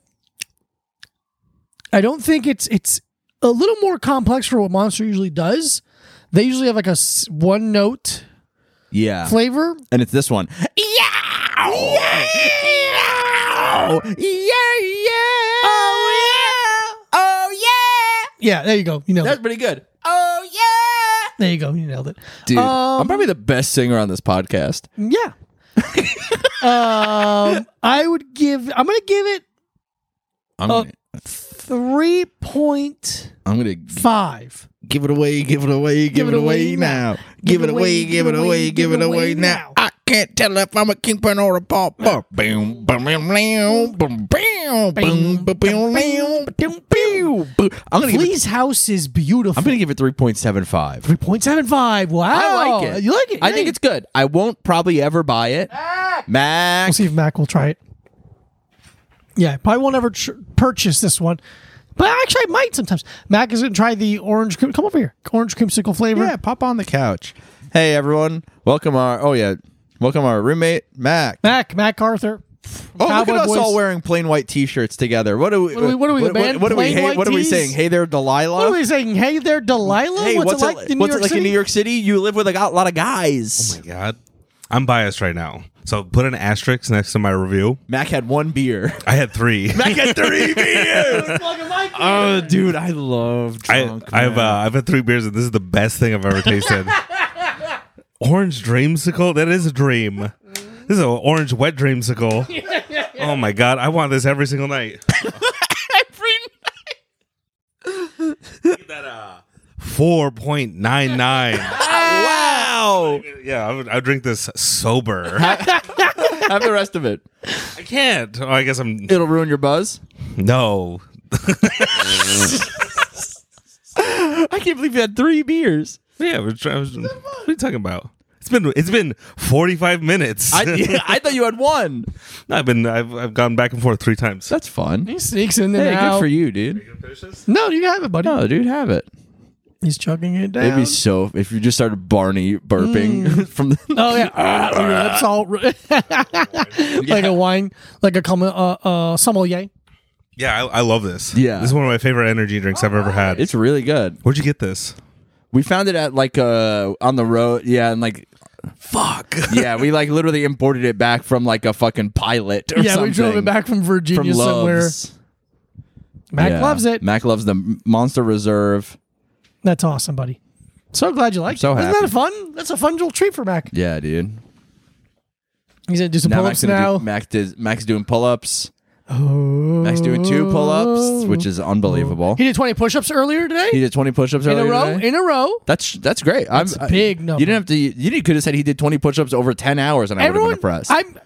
Speaker 1: I don't think it's it's a little more complex for what Monster usually does. They usually have like a one note
Speaker 2: Yeah,
Speaker 1: flavor.
Speaker 2: and it's this one. Yeah, yeah, yeah, Oh yeah, oh
Speaker 1: Yeah, there you go. You know,
Speaker 2: That's
Speaker 1: it.
Speaker 2: pretty good. Oh yeah,
Speaker 1: there you go. You nailed it.
Speaker 2: dude.
Speaker 1: Um,
Speaker 2: I'm probably the best singer on this podcast.
Speaker 1: Yeah. um, I would give. I'm gonna give it
Speaker 2: I'm
Speaker 1: Uh,
Speaker 2: gonna,
Speaker 1: three point
Speaker 2: I'm gonna
Speaker 1: five.
Speaker 2: give it away, give it away, give, it away, now. Give it away, give it away, give it away now. I can't tell if I'm a kingpin or a pauper. Boom, boom, boom, boom, boom, boom, boom, boom, boom, boom, boom, boom. I'm gonna give it.
Speaker 1: Flea's house is beautiful.
Speaker 2: I'm gonna give it 3.75.
Speaker 1: three point seven five. Wow,
Speaker 2: I like it.
Speaker 1: You like it?
Speaker 2: I think
Speaker 1: Hey.
Speaker 2: it's good. I won't probably ever buy it.
Speaker 1: We'll
Speaker 2: Max.
Speaker 1: see if Mac will try it. Yeah, probably won't ever tr- purchase this one, but actually I might sometimes. Mac is gonna try the orange. Cream- Come over here, orange creamsicle flavor.
Speaker 2: Yeah, pop on the couch. Hey everyone, welcome our. Oh yeah, welcome our roommate Mac.
Speaker 1: Mac, Mac Arthur.
Speaker 2: Oh, look
Speaker 1: Cowboy
Speaker 2: at us
Speaker 1: Boys.
Speaker 2: all wearing plain white T-shirts together. What are we?
Speaker 1: What are we- what are we, the band?
Speaker 2: What, are we?
Speaker 1: Plain
Speaker 2: Hey,
Speaker 1: white
Speaker 2: what are we
Speaker 1: tees?
Speaker 2: saying? Hey there, Delilah.
Speaker 1: What are we saying? Hey there, Delilah.
Speaker 2: Hey,
Speaker 1: what's,
Speaker 2: what's,
Speaker 1: it like in New
Speaker 2: what's
Speaker 1: York
Speaker 2: it like
Speaker 1: City? Oh
Speaker 2: in New York City? You live with a go- lot of guys.
Speaker 3: God. I'm biased right now. So put an asterisk next to my review.
Speaker 2: Mac had one beer.
Speaker 3: I had three.
Speaker 2: Mac had three beers. oh, dude, I love
Speaker 3: I,
Speaker 2: drunk.
Speaker 3: I've uh,
Speaker 2: Mac.
Speaker 3: I've had three beers and this is the best thing I've ever tasted. orange dreamsicle? That is a dream. This is an orange wet dreamsicle. oh my god, I want this every single night. every night. Give that a four point nine nine.
Speaker 2: wow.
Speaker 3: yeah, I would, I would drink this sober. uh,
Speaker 2: Have the rest of it.
Speaker 3: I can't. Oh, I guess I'm
Speaker 2: It'll ruin your buzz.
Speaker 3: no.
Speaker 2: I can't believe you had three beers.
Speaker 3: Yeah, we're try- I was- what are you talking about? It's been it's been forty five minutes.
Speaker 2: I, I thought you had one.
Speaker 3: No, I've been I've, I've gone back and forth three times.
Speaker 2: That's fun.
Speaker 1: He sneaks in there
Speaker 2: Hey,
Speaker 1: now.
Speaker 2: good for you, dude.
Speaker 1: No, you have it, buddy.
Speaker 2: No, dude, have it.
Speaker 1: He's chugging it down.
Speaker 2: It'd be so if you just started Barney burping from the.
Speaker 1: oh yeah, Ah, your lips all like a wine, like a com- uh, uh, sommelier.
Speaker 3: Yeah, I, I love this.
Speaker 2: Yeah.
Speaker 3: this is one of my favorite energy drinks I've ever had.
Speaker 2: It's really good.
Speaker 3: Where'd you get this?
Speaker 2: We found it at like uh on the road. Yeah, and like
Speaker 3: Fuck.
Speaker 2: yeah, we like literally imported it back from like a fucking pilot or
Speaker 1: Yeah,
Speaker 2: something.
Speaker 1: we drove it back from
Speaker 2: from
Speaker 1: Virginia somewhere.
Speaker 2: Loves.
Speaker 1: Mac
Speaker 2: Yeah.
Speaker 1: loves it.
Speaker 2: Mac loves the Monster Reserve.
Speaker 1: That's awesome, buddy. So glad you like.
Speaker 2: so
Speaker 1: it. Isn't
Speaker 2: happy.
Speaker 1: that fun? That's a fun little treat for Mac.
Speaker 2: Yeah, dude.
Speaker 1: He's gonna do some
Speaker 2: Now
Speaker 1: pull-ups
Speaker 2: Mac's gonna
Speaker 1: now.
Speaker 2: do, Mac does, Mac's doing pull ups.
Speaker 1: oh.
Speaker 2: Mac's doing two pull ups, which is unbelievable.
Speaker 1: he did twenty push-ups earlier today
Speaker 2: He did twenty push ups
Speaker 1: in a row. In a row.
Speaker 2: That's that's great.
Speaker 1: That's
Speaker 2: I'm
Speaker 1: a big
Speaker 2: I,
Speaker 1: number.
Speaker 2: You didn't have to. You didn't- could have said he did twenty push-ups over ten hours, and I would have been
Speaker 1: Everyone,
Speaker 2: impressed.
Speaker 1: I'm.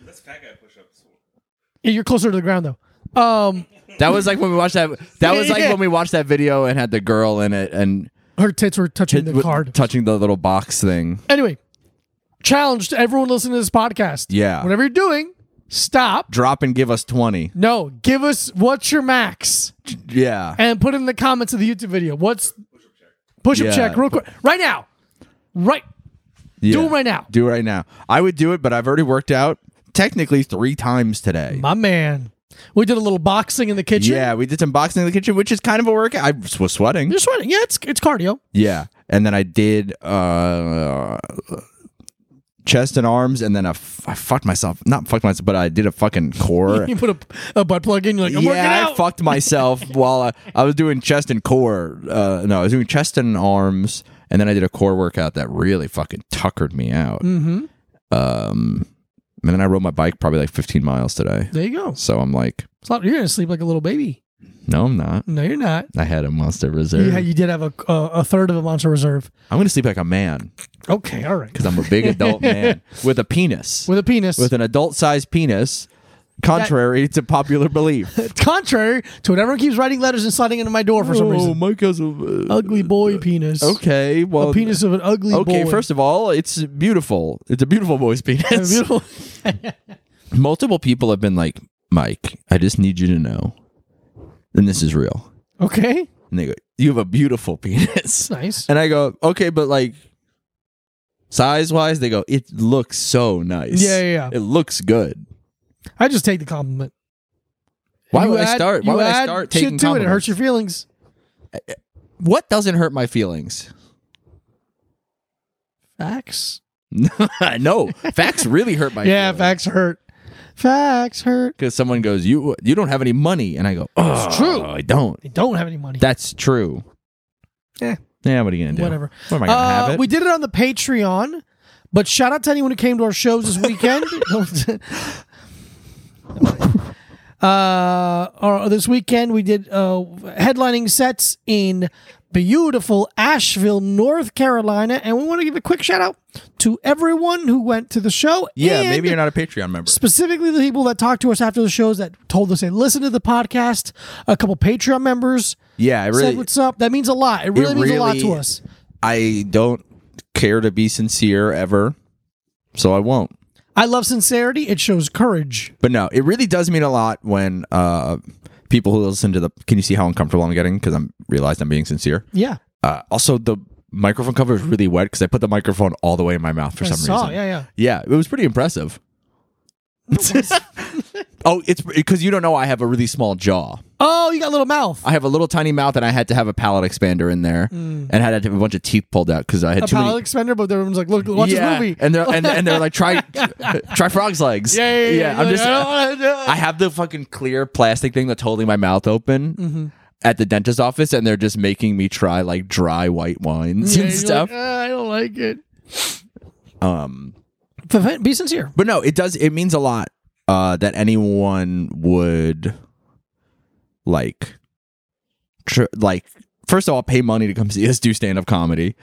Speaker 1: Yeah, You're closer to the ground though. Um,
Speaker 2: that was like when we watched that. That was like when we watched that video and had the girl in it and
Speaker 1: her tits were touching the
Speaker 2: with-
Speaker 1: card.
Speaker 2: touching the little box thing.
Speaker 1: anyway, challenge to everyone listening to this podcast.
Speaker 2: Yeah.
Speaker 1: Whatever you're doing, stop.
Speaker 2: Drop and give us twenty.
Speaker 1: No, give us what's your max
Speaker 2: Yeah,
Speaker 1: and put it in the comments of the YouTube video. What's push up
Speaker 2: Yeah.
Speaker 1: check real quick right now, right?
Speaker 2: Yeah.
Speaker 1: Do it right now,
Speaker 2: Do it right now. I would do it, but I've already worked out technically three times today.
Speaker 1: my man. We did a little boxing in the kitchen.
Speaker 2: Yeah, we did some boxing in the kitchen, which is kind of a workout. I was sweating.
Speaker 1: You're sweating. Yeah, it's it's cardio.
Speaker 2: Yeah, and then I did uh, chest and arms, and then I, f- I fucked myself. Not fucked myself, but I did a fucking core.
Speaker 1: You put a, a butt plug in. You're like, I'm working
Speaker 2: yeah,
Speaker 1: out.
Speaker 2: I fucked myself while I, I was doing chest and core. Uh, no, I was doing chest and arms, and then I did a core workout that really fucking tuckered me out. Mm-hmm. Um, and then I rode my bike probably like 15 miles today.
Speaker 1: there you go.
Speaker 2: So I'm like,
Speaker 1: It's not- You're gonna sleep like a little baby.
Speaker 2: No, I'm not.
Speaker 1: No, you're not.
Speaker 2: I had a monster reserve.
Speaker 1: Yeah, you did have a, a, a third of a monster reserve.
Speaker 2: I'm gonna sleep like a man
Speaker 1: Okay, all right.
Speaker 2: because I'm a big adult man with a penis,
Speaker 1: With
Speaker 2: with,
Speaker 1: a penis.
Speaker 2: an adult-sized penis. Contrary to popular belief.
Speaker 1: Contrary to what everyone keeps writing letters and sliding into my door for some reason.
Speaker 2: Oh, my cousin. uh,
Speaker 1: Oh, Ugly boy penis.
Speaker 2: Okay, well,
Speaker 1: A penis of an ugly boy.
Speaker 2: Okay, first of all, it's beautiful. It's a beautiful boy's penis.
Speaker 1: Beautiful.
Speaker 2: Multiple people have been like, Mike, I just need you to know, and this is real.
Speaker 1: Okay.
Speaker 2: And they go, You have a beautiful penis.
Speaker 1: It's nice.
Speaker 2: And I go, Okay, but like size wise, they go, It looks so nice.
Speaker 1: Yeah, yeah, yeah.
Speaker 2: It looks good.
Speaker 1: I just take the compliment.
Speaker 2: Why
Speaker 1: You
Speaker 2: would I
Speaker 1: add-
Speaker 2: start? Why
Speaker 1: you
Speaker 2: would I
Speaker 1: add
Speaker 2: start
Speaker 1: shit
Speaker 2: taking
Speaker 1: to it? It hurts
Speaker 2: compliments?
Speaker 1: your feelings.
Speaker 2: What doesn't hurt my feelings?
Speaker 1: Facts.
Speaker 2: no, facts really hurt my
Speaker 1: yeah,
Speaker 2: feelings.
Speaker 1: facts hurt. Facts hurt.
Speaker 2: Because someone goes, you you don't have any money, and I go, oh,
Speaker 1: It's true.
Speaker 2: I don't.
Speaker 1: They don't have any money.
Speaker 2: That's true.
Speaker 1: Eh.
Speaker 2: Yeah, what are you gonna do?
Speaker 1: Whatever.
Speaker 2: What am I gonna
Speaker 1: Uh,
Speaker 2: have it?
Speaker 1: We did it on the Patreon, but shout out to anyone who came to our shows this weekend. uh, or this weekend we did uh, headlining sets in beautiful Asheville, North Carolina, and we want to give a quick shout out to everyone who went to the show.
Speaker 2: yeah,
Speaker 1: and
Speaker 2: maybe you're not a Patreon member.
Speaker 1: specifically the people that talked to us after the shows that told us they listened to the podcast. A couple Patreon members
Speaker 2: yeah, I
Speaker 1: said
Speaker 2: really,
Speaker 1: what's up. That means a lot. It really
Speaker 2: It
Speaker 1: means a lot
Speaker 2: really-
Speaker 1: to us.
Speaker 2: I don't care to be sincere ever, so I won't.
Speaker 1: I love sincerity. It shows courage.
Speaker 2: But no, it really does mean a lot when uh, people who listen to the. Can you see how uncomfortable I'm getting? Because I'm realized I'm being sincere.
Speaker 1: Yeah.
Speaker 2: Uh, also, the microphone cover is really wet because I put the microphone all the way in my mouth for
Speaker 1: I
Speaker 2: some
Speaker 1: saw.
Speaker 2: reason.
Speaker 1: Yeah, yeah.
Speaker 2: Yeah, it was pretty impressive. oh, it's because you don't know I have a really small jaw.
Speaker 1: Oh, you got a little mouth.
Speaker 2: I have a little tiny mouth, and I had to have a palate expander in there, and had to have a bunch of teeth pulled out because I had
Speaker 1: Mm. a
Speaker 2: too
Speaker 1: palate
Speaker 2: many.
Speaker 1: expander, but everyone's like, look, watch
Speaker 2: yeah,
Speaker 1: this movie.
Speaker 2: and they're and, and they're like try try frog's legs.
Speaker 1: yeah, yeah, yeah. You're
Speaker 2: I'm
Speaker 1: like,
Speaker 2: just
Speaker 1: I don't wanna do it.
Speaker 2: I have the fucking clear plastic thing that's holding my mouth open
Speaker 1: Mm-hmm.
Speaker 2: at the dentist's office, and they're just making me try like dry white wines
Speaker 1: Yeah,
Speaker 2: and
Speaker 1: you're
Speaker 2: stuff.
Speaker 1: like, "Ah, I don't like it.
Speaker 2: um,
Speaker 1: But Be sincere.
Speaker 2: but no, it does. It means a lot uh, that anyone would like, tr- like first of all, pay money to come see us do stand up comedy.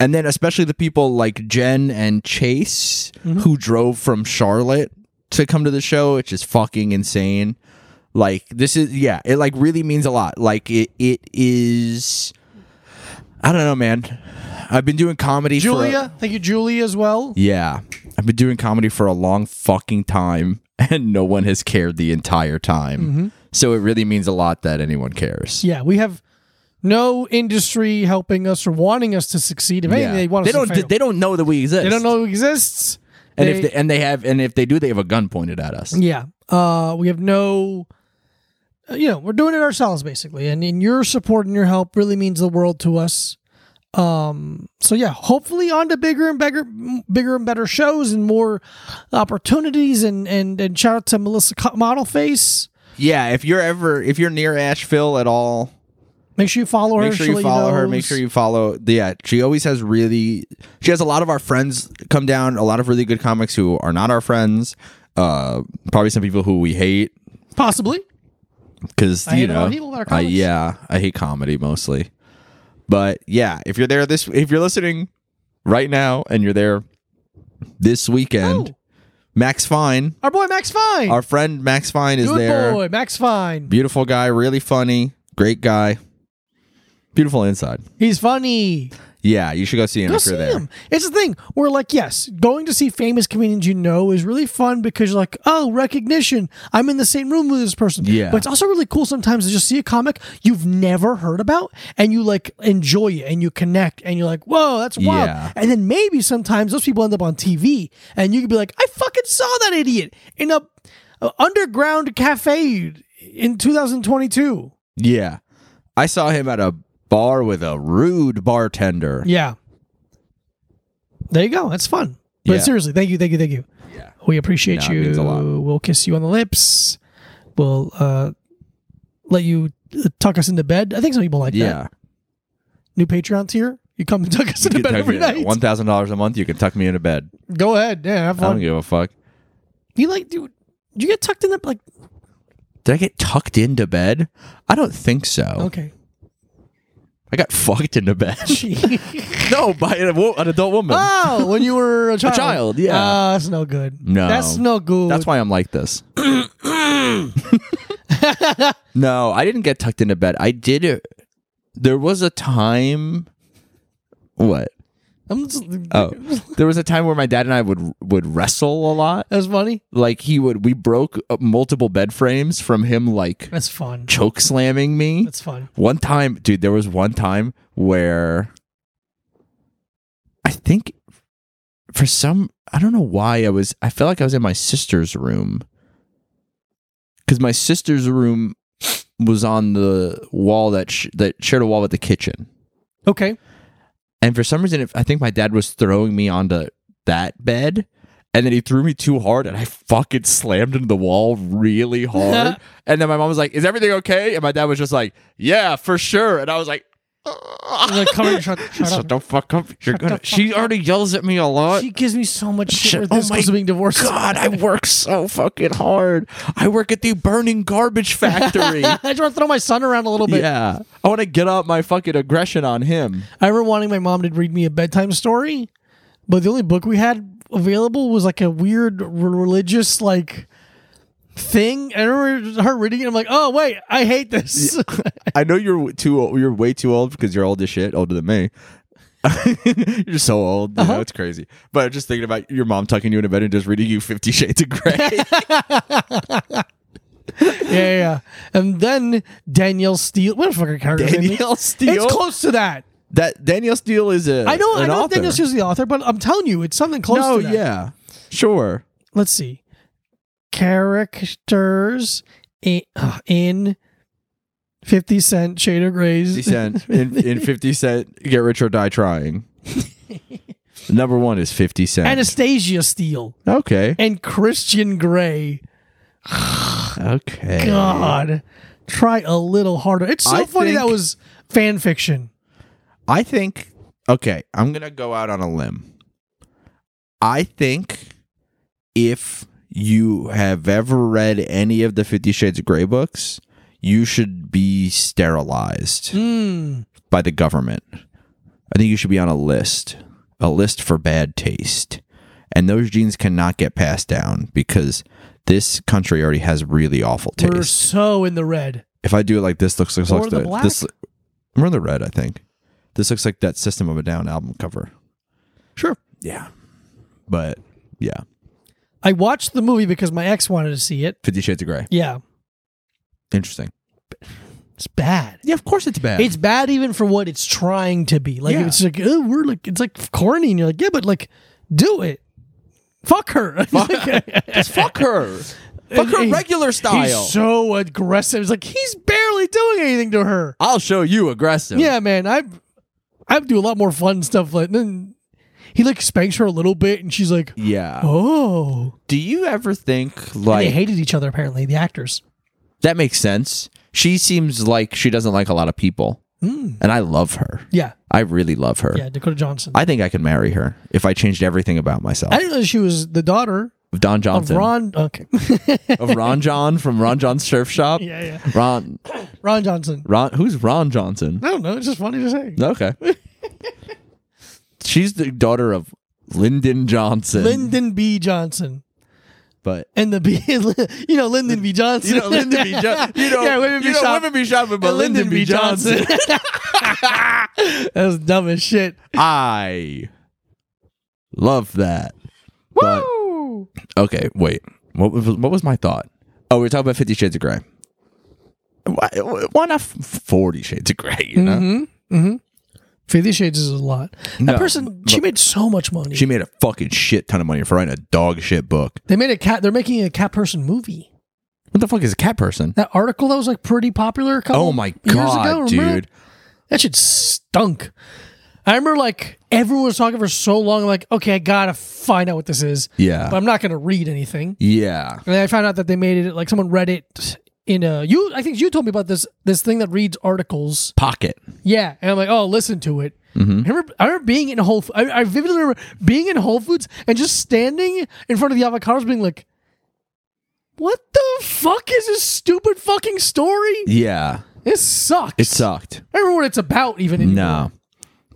Speaker 2: And then, especially the people like Jen and Chase who drove from Charlotte to come to the show, which is fucking insane. Like, this is, yeah, it like really means a lot. Like, it, it is, I don't know, man. I've been doing comedy for. a-
Speaker 1: Julia, thank you, Julia, as well.
Speaker 2: yeah. I've been doing comedy for a long fucking time and no one has cared the entire time.
Speaker 1: Mm-hmm.
Speaker 2: So it really means a lot that anyone cares.
Speaker 1: Yeah, we have no industry helping us or wanting us to succeed. If anything,
Speaker 2: Yeah.
Speaker 1: they want us
Speaker 2: don't
Speaker 1: to fail.
Speaker 2: they don't know that we exist.
Speaker 1: They don't know it exists.
Speaker 2: And
Speaker 1: They-
Speaker 2: if they, and they have and if they do they have a gun pointed at us.
Speaker 1: Yeah. Uh, we have no, uh, you know, we're doing it ourselves basically. And, and your support and your help really means the world to us. Um, so yeah, hopefully on to bigger and bigger, m- bigger and better shows and more opportunities. And, and, and shout out to Melissa Co- Modelface.
Speaker 2: Yeah, if you're ever if you're near Asheville at all,
Speaker 1: Make sure you follow her.
Speaker 2: make sure
Speaker 1: she'll let
Speaker 2: you follow her,
Speaker 1: know.
Speaker 2: make sure you follow yeah, she always has really she has a lot of our friends come down, a lot of really good comics who are not our friends. Uh, probably some people who we hate
Speaker 1: possibly.
Speaker 2: because
Speaker 1: I
Speaker 2: you
Speaker 1: hate a lot
Speaker 2: know,
Speaker 1: of people that are
Speaker 2: uh,
Speaker 1: comics.
Speaker 2: yeah, I hate comedy mostly. But yeah, if you're there this, if you're listening right now and you're there this weekend,
Speaker 1: Oh,
Speaker 2: Max Fine,
Speaker 1: our boy Max Fine.
Speaker 2: our friend Max Fine is
Speaker 1: Good
Speaker 2: there.
Speaker 1: boy, Max Fine.
Speaker 2: Beautiful guy, really funny, great guy, beautiful inside.
Speaker 1: He's funny.
Speaker 2: Yeah, you should go see him
Speaker 1: Go
Speaker 2: if
Speaker 1: see
Speaker 2: you're there.
Speaker 1: him. It's the thing. We're like, yes, going to see famous comedians you know is really fun because you're like, oh, recognition. I'm in the same room with this person.
Speaker 2: Yeah.
Speaker 1: But it's also really cool sometimes to just see a comic you've never heard about and you like enjoy it and you connect and you're like, whoa, that's wild.
Speaker 2: Yeah.
Speaker 1: And then maybe sometimes those people end up on TV and you could be like, I fucking saw that idiot in a, a underground cafe in 2022.
Speaker 2: Yeah, I saw him at a bar with a rude bartender.
Speaker 1: Yeah. There you go. That's fun. But
Speaker 2: Yeah.
Speaker 1: seriously, thank you, thank you, thank you.
Speaker 2: Yeah.
Speaker 1: We appreciate
Speaker 2: No, it
Speaker 1: you.
Speaker 2: means a lot.
Speaker 1: We'll kiss you on the lips. We'll uh, let you uh, tuck us into bed. I think some people like that.
Speaker 2: Yeah,
Speaker 1: New Patreon tier. You come and tuck us into bed every night.
Speaker 2: one thousand dollars a month. You can tuck me into bed.
Speaker 1: Go ahead. Yeah, have
Speaker 2: I don't
Speaker 1: fun.
Speaker 2: give a fuck.
Speaker 1: You like, dude, you get tucked in the, like,
Speaker 2: Did I get tucked into bed? I don't think so.
Speaker 1: Okay.
Speaker 2: I got fucked into bed. no, by an, wo- an adult woman.
Speaker 1: oh, when you were a child.
Speaker 2: child, yeah.
Speaker 1: Ah, that's no good.
Speaker 2: No.
Speaker 1: That's no good.
Speaker 2: That's why I'm like this. no, I didn't get tucked into bed. I did. There was a time. What?
Speaker 1: I'm just,
Speaker 2: Oh, there was a time where my dad and I would would wrestle a lot.
Speaker 1: That's funny.
Speaker 2: Like he would, we broke uh, multiple bed frames from him like
Speaker 1: That's fun.
Speaker 2: choke slamming me.
Speaker 1: That's fun.
Speaker 2: One time, dude, there was one time where I think for some I don't know why I was I felt like I was in my sister's room. Cuz my sister's room was on the wall that sh- that shared a wall with the kitchen.
Speaker 1: Okay.
Speaker 2: And for some reason if, I think my dad was throwing me onto that bed and then he threw me too hard and I fucking slammed into the wall really hard. and then my mom was like, "Is everything okay?" And my dad was just like, "Yeah, for sure." And I was like,
Speaker 1: Like, come here, shut, shut
Speaker 2: Shut
Speaker 1: up.
Speaker 2: the fuck up. You're gonna. She already yells at me a lot.
Speaker 1: She gives me so much shit
Speaker 2: Shit.
Speaker 1: with
Speaker 2: Oh
Speaker 1: this
Speaker 2: my
Speaker 1: because of being divorced.
Speaker 2: God, I work so fucking hard. I work at the burning garbage factory.
Speaker 1: I just want to throw my son around a little bit.
Speaker 2: yeah. I want to get out my fucking aggression on him.
Speaker 1: I remember wanting my mom to read me a bedtime story, but the only book we had available was like a weird r- religious like thing. I remember her reading it. I'm like, oh wait, I hate this.
Speaker 2: I know you're too. old- You're way too old because you're old as shit. Older than me. you're so old.
Speaker 1: Uh-huh.
Speaker 2: You know, it's crazy. But just thinking about your mom tucking you into bed and just reading you Fifty Shades of Grey.
Speaker 1: yeah, yeah, yeah. And then Danielle Steele. What a fucking character.
Speaker 2: Danielle Steele.
Speaker 1: It's close to that.
Speaker 2: that Danielle Steele is a.
Speaker 1: I know.
Speaker 2: An
Speaker 1: I know
Speaker 2: author.
Speaker 1: Danielle Steele's the author, but I'm telling you, it's something close.
Speaker 2: No,
Speaker 1: to that.
Speaker 2: yeah, sure.
Speaker 1: Let's see. Characters in, uh, in Fifty Cent Shade of Grey's
Speaker 2: 50 cent in, in 50 cent get rich or die trying number one is 50 cent
Speaker 1: Anastasia Steele.
Speaker 2: okay
Speaker 1: and Christian Grey.
Speaker 2: okay
Speaker 1: God, try a little harder. It's so
Speaker 2: I
Speaker 1: funny
Speaker 2: think-
Speaker 1: that was fan fiction.
Speaker 2: i think okay i'm gonna go out on a limb i think if you have ever read any of the 50 shades of gray books you should be sterilized
Speaker 1: Mm.
Speaker 2: by the government. I think you should be on a list, a list for bad taste. And those genes cannot get passed down because this country already has really awful taste.
Speaker 1: We're so in the red.
Speaker 2: if I do it like this, looks looks
Speaker 1: Or
Speaker 2: like
Speaker 1: the
Speaker 2: the- this. We're in the red, I think. This looks like that System of a Down album cover.
Speaker 1: Sure.
Speaker 2: Yeah, but yeah,
Speaker 1: I watched the movie because my ex wanted to see it.
Speaker 2: Fifty Shades of Grey.
Speaker 1: Yeah,
Speaker 2: Interesting.
Speaker 1: it's bad.
Speaker 2: Yeah, of course it's bad.
Speaker 1: It's bad even for what it's trying to be. Like
Speaker 2: Yeah.
Speaker 1: it's like oh, we're like it's like corny, and you're like yeah, but like do it. Fuck her.
Speaker 2: Just fuck her. fuck her regular style.
Speaker 1: He's so aggressive. It's like he's barely doing anything to her.
Speaker 2: I'll show you aggressive.
Speaker 1: Yeah, man. I I do a lot more fun stuff. Like then he like spanks her a little bit, and she's like,
Speaker 2: Yeah.
Speaker 1: "Oh."
Speaker 2: Do you ever think
Speaker 1: And
Speaker 2: like
Speaker 1: they hated each other apparently. The actors.
Speaker 2: That makes sense. She seems like she doesn't like a lot of people. And I love her.
Speaker 1: Yeah,
Speaker 2: I really love her.
Speaker 1: yeah. Dakota Johnson. I,
Speaker 2: I think I could marry her if I changed everything about myself.
Speaker 1: didn't know she was the daughter
Speaker 2: Of Don
Speaker 1: of
Speaker 2: Johnson.
Speaker 1: Ron. Okay.
Speaker 2: Of Ron John from Ron John's Surf Shop.
Speaker 1: yeah, yeah.
Speaker 2: Ron
Speaker 1: Ron Johnson.
Speaker 2: Ron who's Ron Johnson?
Speaker 1: I don't know. It's just funny to say.
Speaker 2: Okay. She's the daughter of Lyndon Johnson.
Speaker 1: Lyndon B. Johnson
Speaker 2: but
Speaker 1: and the B. you know Lyndon B. Johnson.
Speaker 2: you know Lyndon B. Johnson. You know,
Speaker 1: yeah, women
Speaker 2: you
Speaker 1: be
Speaker 2: know
Speaker 1: shop-
Speaker 2: women be shopping, but
Speaker 1: and
Speaker 2: Lyndon B. Johnson.
Speaker 1: That's dumb as shit.
Speaker 2: I love that. But
Speaker 1: Woo!
Speaker 2: Okay, wait. What was what was my thought? Oh, we were talking about Fifty Shades of Grey. Why, why not Forty Shades of Grey? You know,
Speaker 1: Mm-hmm. Fifty Shades is a lot.
Speaker 2: No,
Speaker 1: that person, she made so much money.
Speaker 2: she made a fucking shit ton of money for writing a dog shit book.
Speaker 1: They made a cat. They're making a cat person movie.
Speaker 2: What the fuck is a cat person?
Speaker 1: That article that was like pretty popular. A couple
Speaker 2: Oh my
Speaker 1: years ago,
Speaker 2: god,
Speaker 1: remember that?
Speaker 2: dude!
Speaker 1: that shit stunk. I remember like everyone was talking for so long. I'm like, okay, I gotta find out what this is,
Speaker 2: Yeah,
Speaker 1: but I'm not gonna read anything.
Speaker 2: yeah.
Speaker 1: And then I found out that they made it like someone read it in a you. I think you told me about this this thing that reads articles.
Speaker 2: Pocket.
Speaker 1: Yeah, and I'm like, oh, listen to it.
Speaker 2: Mm-hmm.
Speaker 1: I, remember, I remember being in Whole. F- I, I vividly remember being in Whole Foods and just standing in front of the avocados, being like, what the fuck is this stupid fucking story?
Speaker 2: Yeah,
Speaker 1: This sucks.
Speaker 2: it sucked.
Speaker 1: I don't remember what it's about even. Anymore.
Speaker 2: No,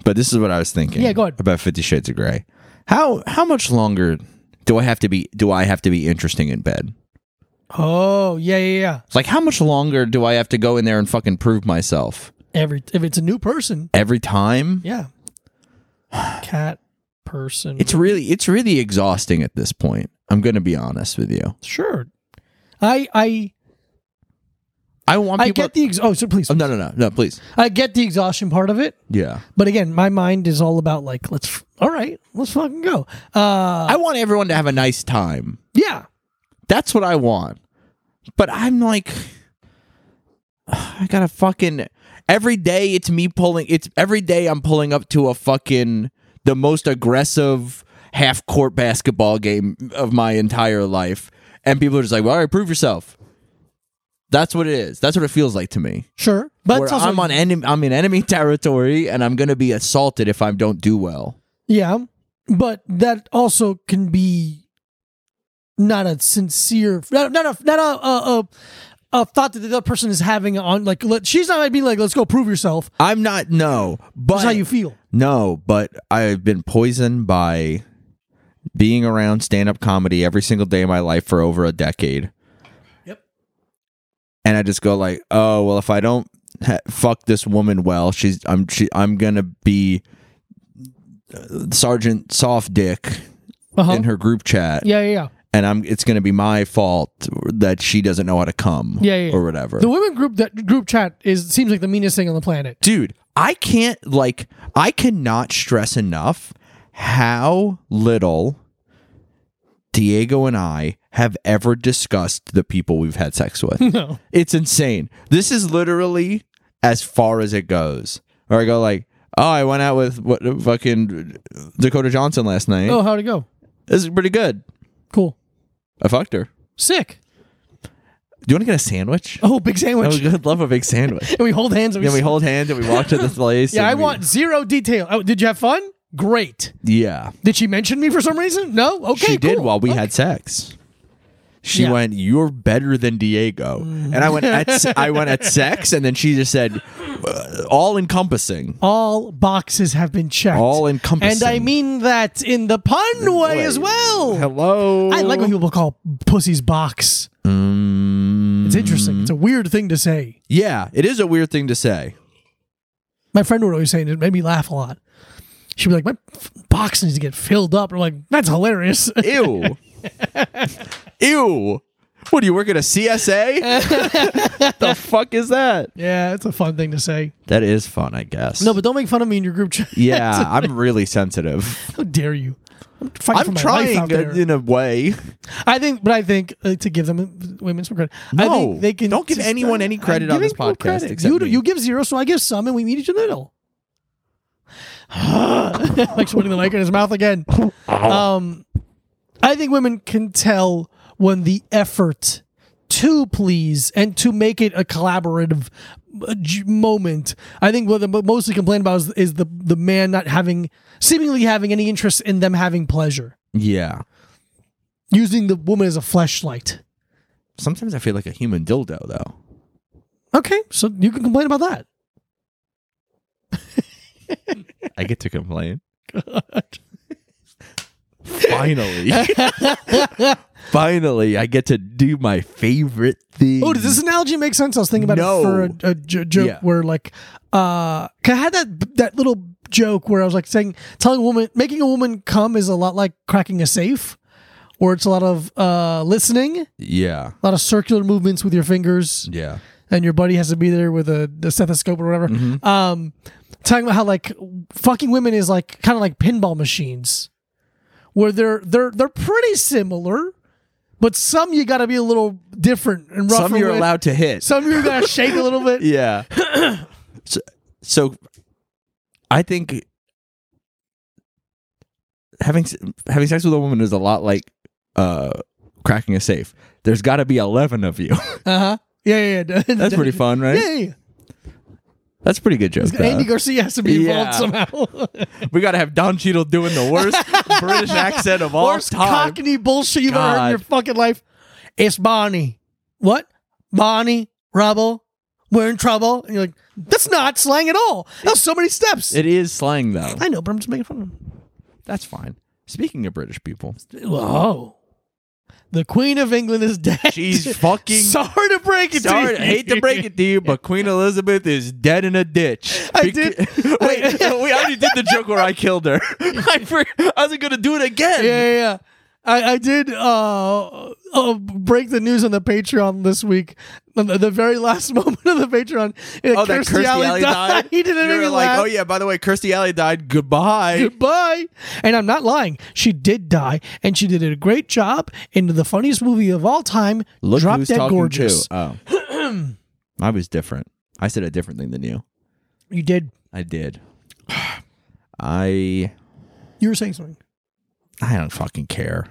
Speaker 2: but this is what I was thinking.
Speaker 1: Yeah, go ahead.
Speaker 2: About Fifty Shades of Grey. How how much longer do I have to be? Do I have to be interesting in bed?
Speaker 1: Oh yeah, yeah, yeah.
Speaker 2: It's like how much longer do I have to go in there and fucking prove myself
Speaker 1: Every if it's a new person,
Speaker 2: every time?
Speaker 1: yeah. Cat person.
Speaker 2: It's really it's really exhausting at this point. I'm gonna be honest with you.
Speaker 1: sure. I I
Speaker 2: I want
Speaker 1: I
Speaker 2: people.
Speaker 1: get the ex- oh so please
Speaker 2: Oh, no, no, no, no, please.
Speaker 1: I get the exhaustion part of it,
Speaker 2: Yeah.
Speaker 1: but again, my mind is all about like let's f- all right, let's fucking go. Uh,
Speaker 2: I want everyone to have a nice time.
Speaker 1: yeah.
Speaker 2: That's what I want. But I'm like, I gotta fucking. Every day it's me pulling. It's every day I'm pulling up to a fucking. The most aggressive half court basketball game of my entire life. And people are just like, well, all right, prove yourself. That's what it is. That's what it feels like to me.
Speaker 1: Sure, but
Speaker 2: Where
Speaker 1: it's also,
Speaker 2: I'm on enemy, I'm in enemy territory, and I'm gonna be assaulted if I don't do well.
Speaker 1: yeah, but that also can be not a sincere, not not a not a a, a, a thought that the other person is having on like let, she's not being like let's go prove yourself.
Speaker 2: I'm not. No, but
Speaker 1: That's how you feel.
Speaker 2: No, but I've been poisoned by being around stand up comedy every single day of my life for over a decade.
Speaker 1: Yep.
Speaker 2: And I just go like, oh well, if I don't ha- fuck this woman well, she's I'm she I'm gonna be uh, Sergeant Soft Dick
Speaker 1: Uh huh.
Speaker 2: in her group chat,
Speaker 1: Yeah, yeah, yeah.
Speaker 2: and I'm it's gonna be my fault that she doesn't know how to come,
Speaker 1: Yeah, yeah, yeah.
Speaker 2: or whatever.
Speaker 1: The women group that group chat is seems like the meanest thing on the planet.
Speaker 2: dude i can't like i cannot stress enough how little diego and i have ever discussed the people we've had sex with
Speaker 1: No.
Speaker 2: it's insane this is literally as far as it goes or i go like oh i went out with what fucking dakota johnson last night
Speaker 1: Oh, how'd it go?
Speaker 2: this is pretty good
Speaker 1: Cool.
Speaker 2: i fucked her
Speaker 1: Sick.
Speaker 2: do you want to get a sandwich
Speaker 1: Oh, big sandwich.
Speaker 2: i would love a big sandwich
Speaker 1: and we hold hands. And we,
Speaker 2: then we hold hands and we walk to the place
Speaker 1: Yeah,
Speaker 2: and
Speaker 1: I
Speaker 2: we-
Speaker 1: want zero detail. Oh, did you have fun? Great.
Speaker 2: yeah
Speaker 1: Did she mention me for some reason? No. Okay.
Speaker 2: she did
Speaker 1: cool.
Speaker 2: while we had sex. She
Speaker 1: Yeah.
Speaker 2: went, "You're better than Diego," and I went, at, s- "I went at sex," and then she just said, uh, "All encompassing."
Speaker 1: All boxes have been checked.
Speaker 2: All encompassing.
Speaker 1: And I mean that in the pun way as well.
Speaker 2: Hello.
Speaker 1: I like when people call pussies box. It's interesting. It's a weird thing to say.
Speaker 2: Yeah, it is a weird thing to say.
Speaker 1: My friend would always say it. It made me laugh a lot. She'd be like, "My f- box needs to get filled up." I'm like, "That's hilarious."
Speaker 2: Ew. Ew. What do you work at a CSA? the fuck is that?
Speaker 1: yeah, it's a fun thing to say.
Speaker 2: That is fun, I guess.
Speaker 1: No, but don't make fun of me in your group chat.
Speaker 2: yeah, I'm really sensitive.
Speaker 1: How dare you? I'm fighting for
Speaker 2: I'm
Speaker 1: my life out
Speaker 2: trying
Speaker 1: there.
Speaker 2: uh, in a way.
Speaker 1: I think, but I think uh, to give them women some credit. I
Speaker 2: No,
Speaker 1: think they can
Speaker 2: don't give anyone any credit
Speaker 1: I'm
Speaker 2: on this
Speaker 1: giving people
Speaker 2: podcast
Speaker 1: credit.
Speaker 2: except
Speaker 1: you,
Speaker 2: me.
Speaker 1: you give zero, so I give some, and we meet each in the middle. Mike's putting the mic in his mouth again. Um, I think women can tell when the effort to please and to make it a collaborative uh, j- moment. I think what the mo- mostly complained about is, is the the man not having seemingly having any interest in them having pleasure,
Speaker 2: Yeah.
Speaker 1: using the woman as a fleshlight.
Speaker 2: Sometimes I feel like a human dildo, though.
Speaker 1: Okay, so you can complain about that.
Speaker 2: I get to complain. Finally. Finally, I get to do my favorite thing.
Speaker 1: Oh, does this analogy make sense? I was thinking about
Speaker 2: No.
Speaker 1: it for a, a j- joke
Speaker 2: Yeah.
Speaker 1: where, like, uh, 'cause I had that that little joke where I was like saying, telling a woman, making a woman come is a lot like cracking a safe, where it's a lot of uh, listening, a
Speaker 2: Yeah.
Speaker 1: lot of circular movements with your fingers,
Speaker 2: Yeah.
Speaker 1: and your buddy has to be there with a, a stethoscope or whatever.
Speaker 2: Mm-hmm.
Speaker 1: Um, talking about how like fucking women is like kind of like pinball machines, where they're they're they're pretty similar, but some you got to be a little different and rougher.
Speaker 2: Some you're
Speaker 1: with.
Speaker 2: allowed to hit.
Speaker 1: Some you're gonna shake a little bit.
Speaker 2: yeah. so, so I think having s- having sex with a woman is a lot like uh cracking a safe. There's got to be 11 of you.
Speaker 1: Uh huh. Yeah, yeah, yeah.
Speaker 2: That's pretty fun, right?
Speaker 1: Yeah, yeah.
Speaker 2: That's a pretty good joke.
Speaker 1: yeah. Andy
Speaker 2: though.
Speaker 1: Garcia has to be involved
Speaker 2: Yeah.
Speaker 1: somehow.
Speaker 2: We got to have Don Cheadle doing the worst British accent of all
Speaker 1: Worst
Speaker 2: time.
Speaker 1: cockney bullshit you've ever heard in
Speaker 2: God.
Speaker 1: your fucking life. It's Bonnie. What? Bonnie, rubble, we're in trouble. And you're like, that's not slang at all. That was so many steps.
Speaker 2: It is slang though.
Speaker 1: I know, but I'm just making fun of him.
Speaker 2: That's fine. Speaking of British people,
Speaker 1: Oh. The Queen of England is dead.
Speaker 2: she's fucking.
Speaker 1: Sorry to break it to
Speaker 2: Sorry,
Speaker 1: you.
Speaker 2: I hate to break it to you, but Queen Elizabeth is dead in a ditch.
Speaker 1: I did-
Speaker 2: Wait, we already did the joke where I killed her. I, for- I wasn't gonna do it again.
Speaker 1: yeah, yeah, yeah. I, I did uh, uh, break the news on the Patreon this week. The, the very last moment of the Patreon.
Speaker 2: Oh, that Kirstie Alley, died.
Speaker 1: he did it.
Speaker 2: You
Speaker 1: made me
Speaker 2: were like,
Speaker 1: laugh.
Speaker 2: oh yeah. By the way, Kirstie Alley died. Goodbye.
Speaker 1: Goodbye. And I'm not lying. She did die, and she did a great job in the funniest movie of all time,
Speaker 2: Look
Speaker 1: Drop
Speaker 2: who's
Speaker 1: Dead
Speaker 2: talking
Speaker 1: Gorgeous.
Speaker 2: to. Oh, I was different. I said a different thing than you.
Speaker 1: You did.
Speaker 2: I did. I
Speaker 1: You were saying something.
Speaker 2: I don't fucking care.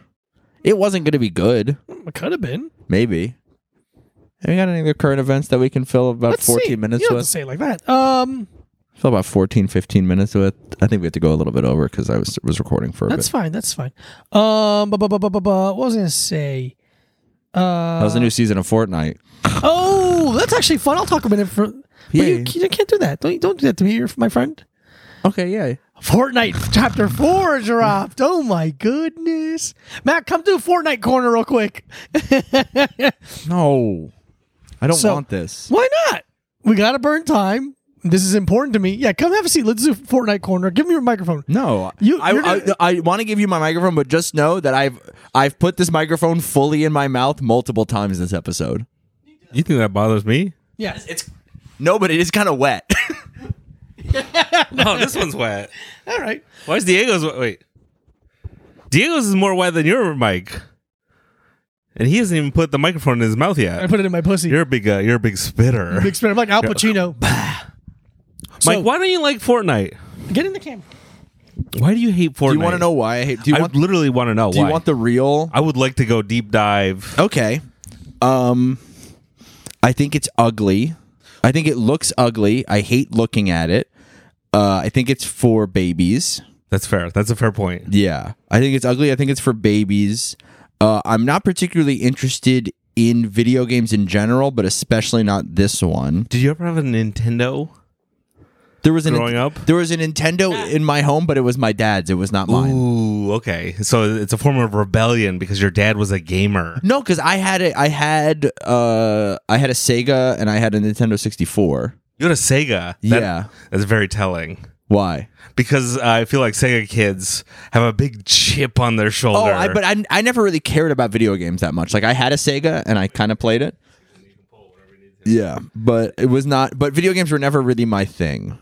Speaker 2: It wasn't gonna be good.
Speaker 1: It could have been.
Speaker 2: Maybe. Have you got any other current events that we can fill about
Speaker 1: Let's
Speaker 2: 14
Speaker 1: see.
Speaker 2: minutes
Speaker 1: You don't have
Speaker 2: with?
Speaker 1: to say it like that. Um,
Speaker 2: Fill about 14, 15 minutes with. I think we have to go a little bit over because I was was recording for a
Speaker 1: that's
Speaker 2: bit.
Speaker 1: fine. That's fine. Um, bu- bu- bu- bu- bu- bu- what was I gonna say? Uh,
Speaker 2: That was the new season of Fortnite.
Speaker 1: Oh, that's actually fun. I'll talk about it for. Yeah.
Speaker 2: Yeah.
Speaker 1: You, you can't do that. Don't don't do that to me, you're my friend.
Speaker 2: Okay, yeah.
Speaker 1: Fortnite Chapter Four dropped. Oh my goodness, Matt, come do Fortnite corner real quick.
Speaker 2: No. I don't
Speaker 1: So-
Speaker 2: want this.
Speaker 1: Why not? We gotta burn time. This is important to me. Yeah, come have a seat. Let's do Fortnite corner. Give me your microphone.
Speaker 2: No,
Speaker 1: You-
Speaker 2: I,
Speaker 1: you're gonna-
Speaker 2: I, I want to give you my microphone, but just know that I've I've put this microphone fully in my mouth multiple times this episode.
Speaker 3: You think that bothers me?
Speaker 1: Yes, it's
Speaker 2: No, but it is kind of wet.
Speaker 3: Oh, this one's wet.
Speaker 1: all right.
Speaker 3: Why is Diego's wet? Wait. Diego's is more wet than your mic. And he hasn't even put the microphone in his mouth
Speaker 1: I
Speaker 3: yet.
Speaker 1: put it in my pussy.
Speaker 3: You're a big, uh, you're a big spitter.
Speaker 1: Big spin. I'm like Al Pacino.
Speaker 3: Mike,
Speaker 1: So-
Speaker 3: why don't you like Fortnite?
Speaker 1: Get in the camera.
Speaker 3: Why do you hate Fortnite?
Speaker 2: do you want to know why? I hate, do you
Speaker 3: I
Speaker 2: want?
Speaker 3: literally want to know
Speaker 2: Do
Speaker 3: why.
Speaker 2: you want the real?
Speaker 3: I would like to go deep dive.
Speaker 2: Okay. Um, I think it's ugly. I think it looks ugly. I hate looking at it. Uh, I think it's for babies.
Speaker 3: That's fair. That's a fair point.
Speaker 2: Yeah, I think it's ugly. I think it's for babies. Uh, I'm not particularly interested in video games in general, but especially not this one.
Speaker 3: Did you ever have a Nintendo?
Speaker 2: There was an
Speaker 3: Growing up?
Speaker 2: there was a Nintendo in my home, but it was my dad's. It was not mine.
Speaker 3: Ooh, okay. So it's a form of rebellion because your dad was a gamer.
Speaker 2: No, because I had it. I had uh, I had a Sega and I had a Nintendo 64.
Speaker 3: You had a Sega. That-
Speaker 2: Yeah.
Speaker 3: That's very telling.
Speaker 2: Why?
Speaker 3: Because uh, I feel like Sega kids have a big chip on their shoulder.
Speaker 2: Oh, I, but I, I never really cared about video games that much. Like I had a Sega and I kind of played it. Yeah, but it was not. But video games were never really my thing.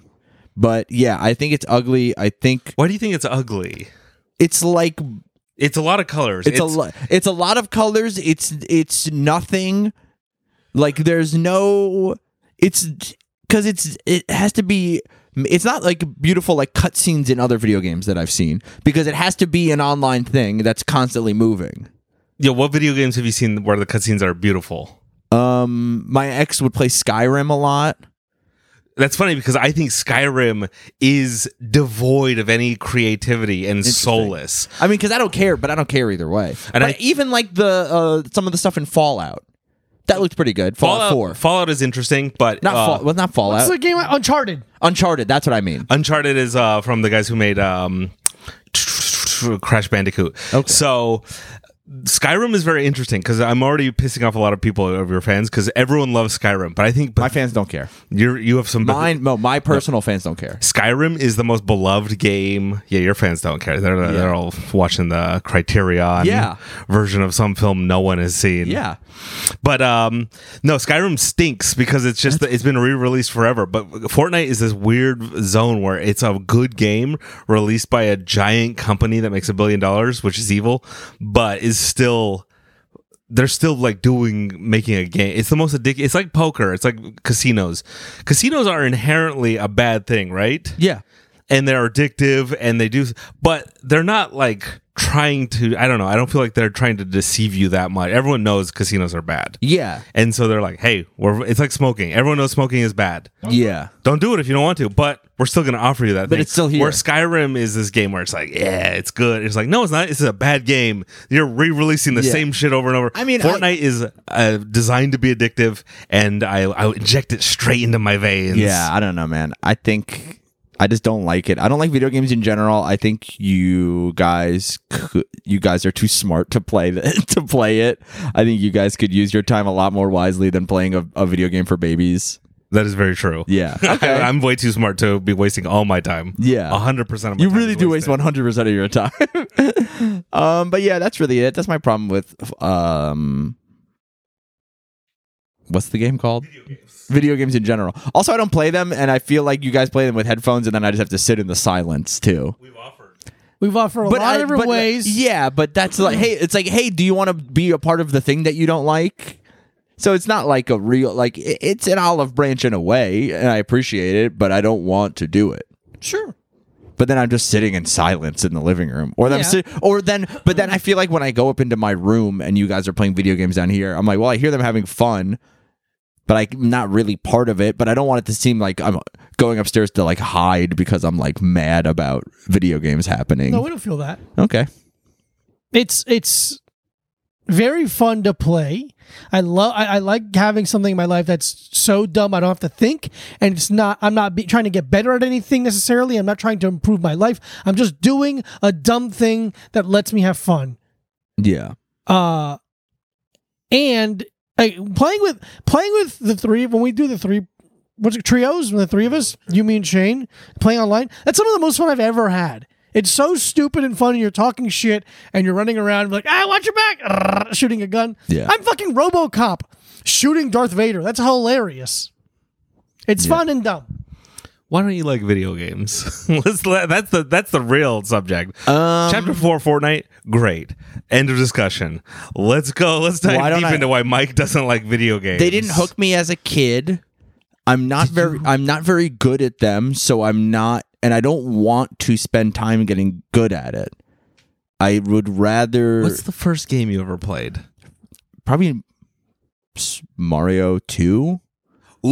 Speaker 2: But yeah, I think it's ugly. I think
Speaker 3: Why do you think it's ugly?
Speaker 2: it's like
Speaker 3: It's a lot of colors.
Speaker 2: it's, a lo- it's a lot of colors. It's it's nothing. Like there's no. It's because it's it has to be. It's not like beautiful like cutscenes in other video games that I've seen because it has to be an online thing that's constantly moving.
Speaker 3: Yeah, what video games have you seen where the cutscenes are beautiful?
Speaker 2: Um, my ex would play Skyrim a lot.
Speaker 3: That's funny because I think Skyrim is devoid of any creativity and soulless.
Speaker 2: I mean, because I don't care, but I don't care either way. And
Speaker 3: And I-
Speaker 2: even like the uh, some of the stuff in Fallout, that looked pretty good. Fallout,
Speaker 3: Fallout,
Speaker 2: Four,
Speaker 3: Fallout is interesting, but
Speaker 2: not
Speaker 3: uh,
Speaker 2: Fall, well, not
Speaker 1: It's
Speaker 2: Fallout,
Speaker 1: the game Uncharted.
Speaker 2: Uncharted. That's what I mean.
Speaker 3: Uncharted is uh, from the guys who made um, Crash Bandicoot.
Speaker 2: Okay.
Speaker 3: So Skyrim is very interesting because I'm already pissing off a lot of people of your fans because everyone loves Skyrim, but I think
Speaker 2: My
Speaker 3: but
Speaker 2: fans don't care.
Speaker 3: you're, you have some
Speaker 2: Mine, no, my personal fans don't care.
Speaker 3: Skyrim is the most beloved game. Yeah, your fans don't care. They're, they're all watching the Criterion
Speaker 2: Yeah.
Speaker 3: version of some film no one has seen.
Speaker 2: Yeah,
Speaker 3: But um, no, Skyrim stinks because it's just it's been re-released forever. But Fortnite is this weird zone where it's a good game released by a giant company that makes a billion dollars, which is evil, but is still they're still like doing making a game. It's the most addic. It's like poker. It's like casinos. Casinos are inherently a bad thing, right?
Speaker 2: yeah.
Speaker 3: and they're addictive and they do, but they're not like trying to. I don't know. I don't feel like they're trying to deceive you that much. Everyone knows casinos are bad,
Speaker 2: Yeah.
Speaker 3: and so they're like, "Hey, we're." It's like smoking. Everyone knows smoking is bad.
Speaker 2: Yeah.
Speaker 3: Don't do it if you don't want to, but we're still going to offer you that.
Speaker 2: But
Speaker 3: thing.
Speaker 2: it's still here.
Speaker 3: Where Skyrim is this game where it's like, yeah, it's good. It's like, no, it's not. It's a bad game. You're re-releasing the
Speaker 2: Yeah.
Speaker 3: same shit over and over.
Speaker 2: I mean, I-
Speaker 3: Fortnite is uh, designed to be addictive, and I I inject it straight into my veins.
Speaker 2: Yeah, I don't know, man. I think I just don't like it. I don't like video games in general. I think you guys could, you guys are too smart to play the, to play it. I think you guys could use your time a lot more wisely than playing a, a video game for babies.
Speaker 3: that is very true.
Speaker 2: Yeah.
Speaker 3: I, am way too smart to be wasting all my time.
Speaker 2: Yeah.
Speaker 3: hundred percent. of my
Speaker 2: You
Speaker 3: time
Speaker 2: really
Speaker 3: is
Speaker 2: do waste
Speaker 3: wasted.
Speaker 2: one hundred percent of your time. um, but yeah, that's really it. That's my problem with um, what's the game called? Video games. in general. Also, I don't play them, and I feel like you guys play them with headphones, and then I just have to sit in the silence too.
Speaker 1: We've offered a lot
Speaker 2: I-
Speaker 1: of different
Speaker 2: but, uh,
Speaker 1: ways.
Speaker 2: Yeah, but that's like, hey, it's like, hey, do you want to be a part of the thing that you don't like? So it's not like a real like i- it's an olive branch in a way, and I appreciate it, but I don't want to do it.
Speaker 1: Sure.
Speaker 2: But then I'm just sitting in silence in the living room, or then I'm
Speaker 1: Yeah.
Speaker 2: sit- or then, but then I feel like when I go up into my room and you guys are playing video games down here, I'm like, well, I hear them having fun, but I'm not really part of it. But I don't want it to seem like I'm going upstairs to like hide because I'm like mad about video games happening.
Speaker 1: No, we don't feel that.
Speaker 2: okay.
Speaker 1: it's it's very fun to play. I love. I, I like having something in my life that's so dumb I don't have to think, and it's not. I'm not be, trying to get better at anything necessarily. I'm not trying to improve my life. I'm just doing a dumb thing that lets me have fun.
Speaker 2: Yeah.
Speaker 1: Uh, and uh, playing with playing with the three when we do the three. What's it, trios? When the three of us, you, me, and Shane, playing online. That's some of the most fun I've ever had. It's so stupid and fun. And you're talking shit and you're running around like, ah, watch your back, Arrgh, shooting a gun.
Speaker 2: Yeah.
Speaker 1: I'm fucking RoboCop shooting Darth Vader. That's hilarious. It's fun and dumb.
Speaker 3: Why don't you like video games? Let's let, that's the that's the real subject.
Speaker 2: Um,
Speaker 3: Chapter four, Fortnite, great. End of discussion. Let's go. Let's dive
Speaker 2: Why don't
Speaker 3: deep
Speaker 2: I-
Speaker 3: into why Mike doesn't like video games.
Speaker 2: They didn't hook me as a kid. I'm not very I'm not very good at them, so I'm not and I don't want to spend time getting good at it. I would rather
Speaker 3: What's the first game you ever played?
Speaker 2: probably s- Mario 2.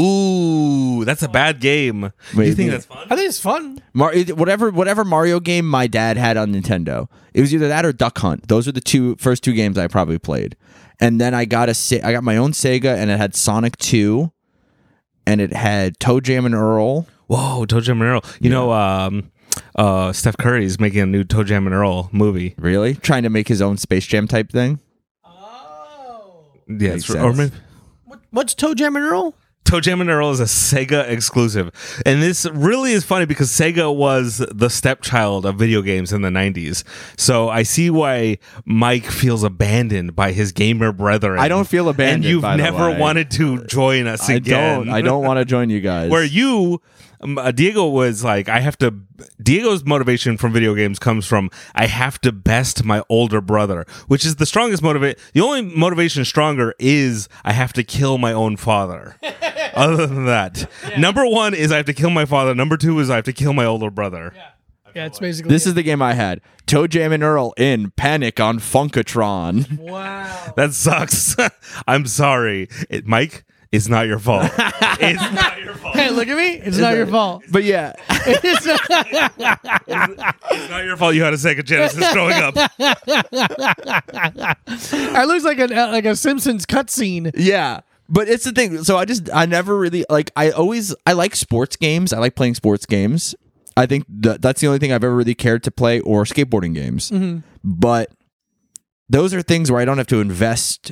Speaker 3: Ooh, that's a bad game. You
Speaker 2: Maybe.
Speaker 3: think that's fun?
Speaker 1: I think it's fun.
Speaker 2: Mar- it- whatever whatever Mario game my dad had on Nintendo. It was either that or Duck Hunt. Those are the two first two games I probably played. And then I got a Se- I got my own Sega and it had Sonic 2 and it had Toe Jam and Earl.
Speaker 3: Whoa, Toe Jam and Earl. You know, um, uh, Steph Curry is making a new Toe Jam and Earl movie.
Speaker 2: Really? Trying to make his own Space Jam type thing?
Speaker 3: Yeah,
Speaker 2: Makes
Speaker 3: it's- or
Speaker 2: sense.
Speaker 3: maybe-
Speaker 1: What's Toe Jam and Earl?
Speaker 3: Toe Jam and Earl is a Sega exclusive. And this really is funny because Sega was the stepchild of video games in the 90s. So I see why Mike feels abandoned by his gamer brethren.
Speaker 2: I don't feel abandoned,
Speaker 3: And you've
Speaker 2: by the
Speaker 3: never
Speaker 2: way.
Speaker 3: wanted to join us
Speaker 2: I
Speaker 3: again.
Speaker 2: don't. I don't want to join you guys.
Speaker 3: Where you, um, uh, Diego was like, I have to. Diego's motivation from video games comes from I have to best my older brother, which is the strongest motivate. The only motivation stronger is I have to kill my own father. Other than that, number one is I have to kill my father. Number two is I have to kill my older brother.
Speaker 1: Yeah, it's basically
Speaker 2: this is the game I had. Toe Jam and Earl in Panic on Funkatron.
Speaker 1: wow.
Speaker 3: That sucks. I'm sorry, it, Mike. It's not your fault. it's not your fault.
Speaker 1: Hey, look at me. It's not your fault.
Speaker 2: But yeah,
Speaker 1: It's not-
Speaker 3: It's not your fault. You had a Sega Genesis growing up.
Speaker 1: It looks like an uh, like a Simpsons cutscene.
Speaker 2: yeah. But it's the thing. So I just I never really like I always I like sports games. I like playing sports games. I think th- that's the only thing I've ever really cared to play or skateboarding games. But those are things where I don't have to invest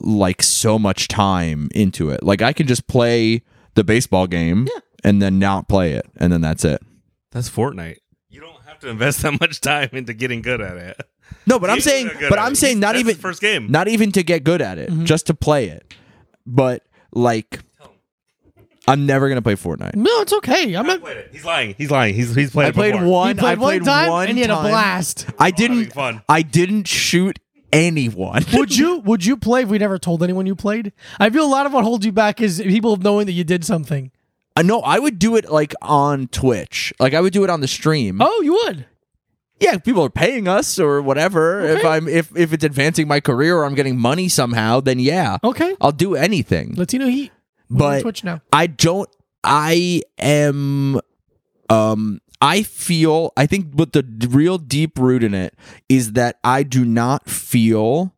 Speaker 2: like so much time into it. Like I can just play the baseball game and then not play it and then that's it.
Speaker 3: That's Fortnite. You don't have to invest that much time into getting good at it.
Speaker 2: No, but I'm
Speaker 3: He's
Speaker 2: saying,
Speaker 3: not good
Speaker 2: but
Speaker 3: at
Speaker 2: I'm
Speaker 3: it.
Speaker 2: saying
Speaker 3: He's-
Speaker 2: not
Speaker 3: that's
Speaker 2: even
Speaker 3: his first game.
Speaker 2: not even to get good at it, just to play it. But like, I'm never gonna play Fortnite.
Speaker 1: No, it's okay. I'm not.
Speaker 3: Played it. He's lying. He's lying. He's he's played.
Speaker 2: I played
Speaker 3: before.
Speaker 2: one.
Speaker 1: He played
Speaker 2: I played
Speaker 1: one time
Speaker 2: one
Speaker 1: and he had a
Speaker 2: time.
Speaker 1: blast.
Speaker 2: I
Speaker 3: having
Speaker 2: didn't.
Speaker 3: fun.
Speaker 2: I didn't shoot anyone.
Speaker 1: Would you would you play if we never told anyone you played? I feel a lot of what holds you back is people knowing that you did something.
Speaker 2: I know I would do it like on Twitch. Like I would do it on the stream.
Speaker 1: Oh, you would.
Speaker 2: Yeah, people are paying us or whatever. If
Speaker 1: Okay.
Speaker 2: I'm if if it's advancing my career or I'm getting money somehow, then yeah.
Speaker 1: Okay.
Speaker 2: I'll do anything.
Speaker 1: Latino Heat. We're on
Speaker 2: But-
Speaker 1: Twitch now.
Speaker 2: I don't I am um I feel I think what the d- real deep root in it is that I do not feel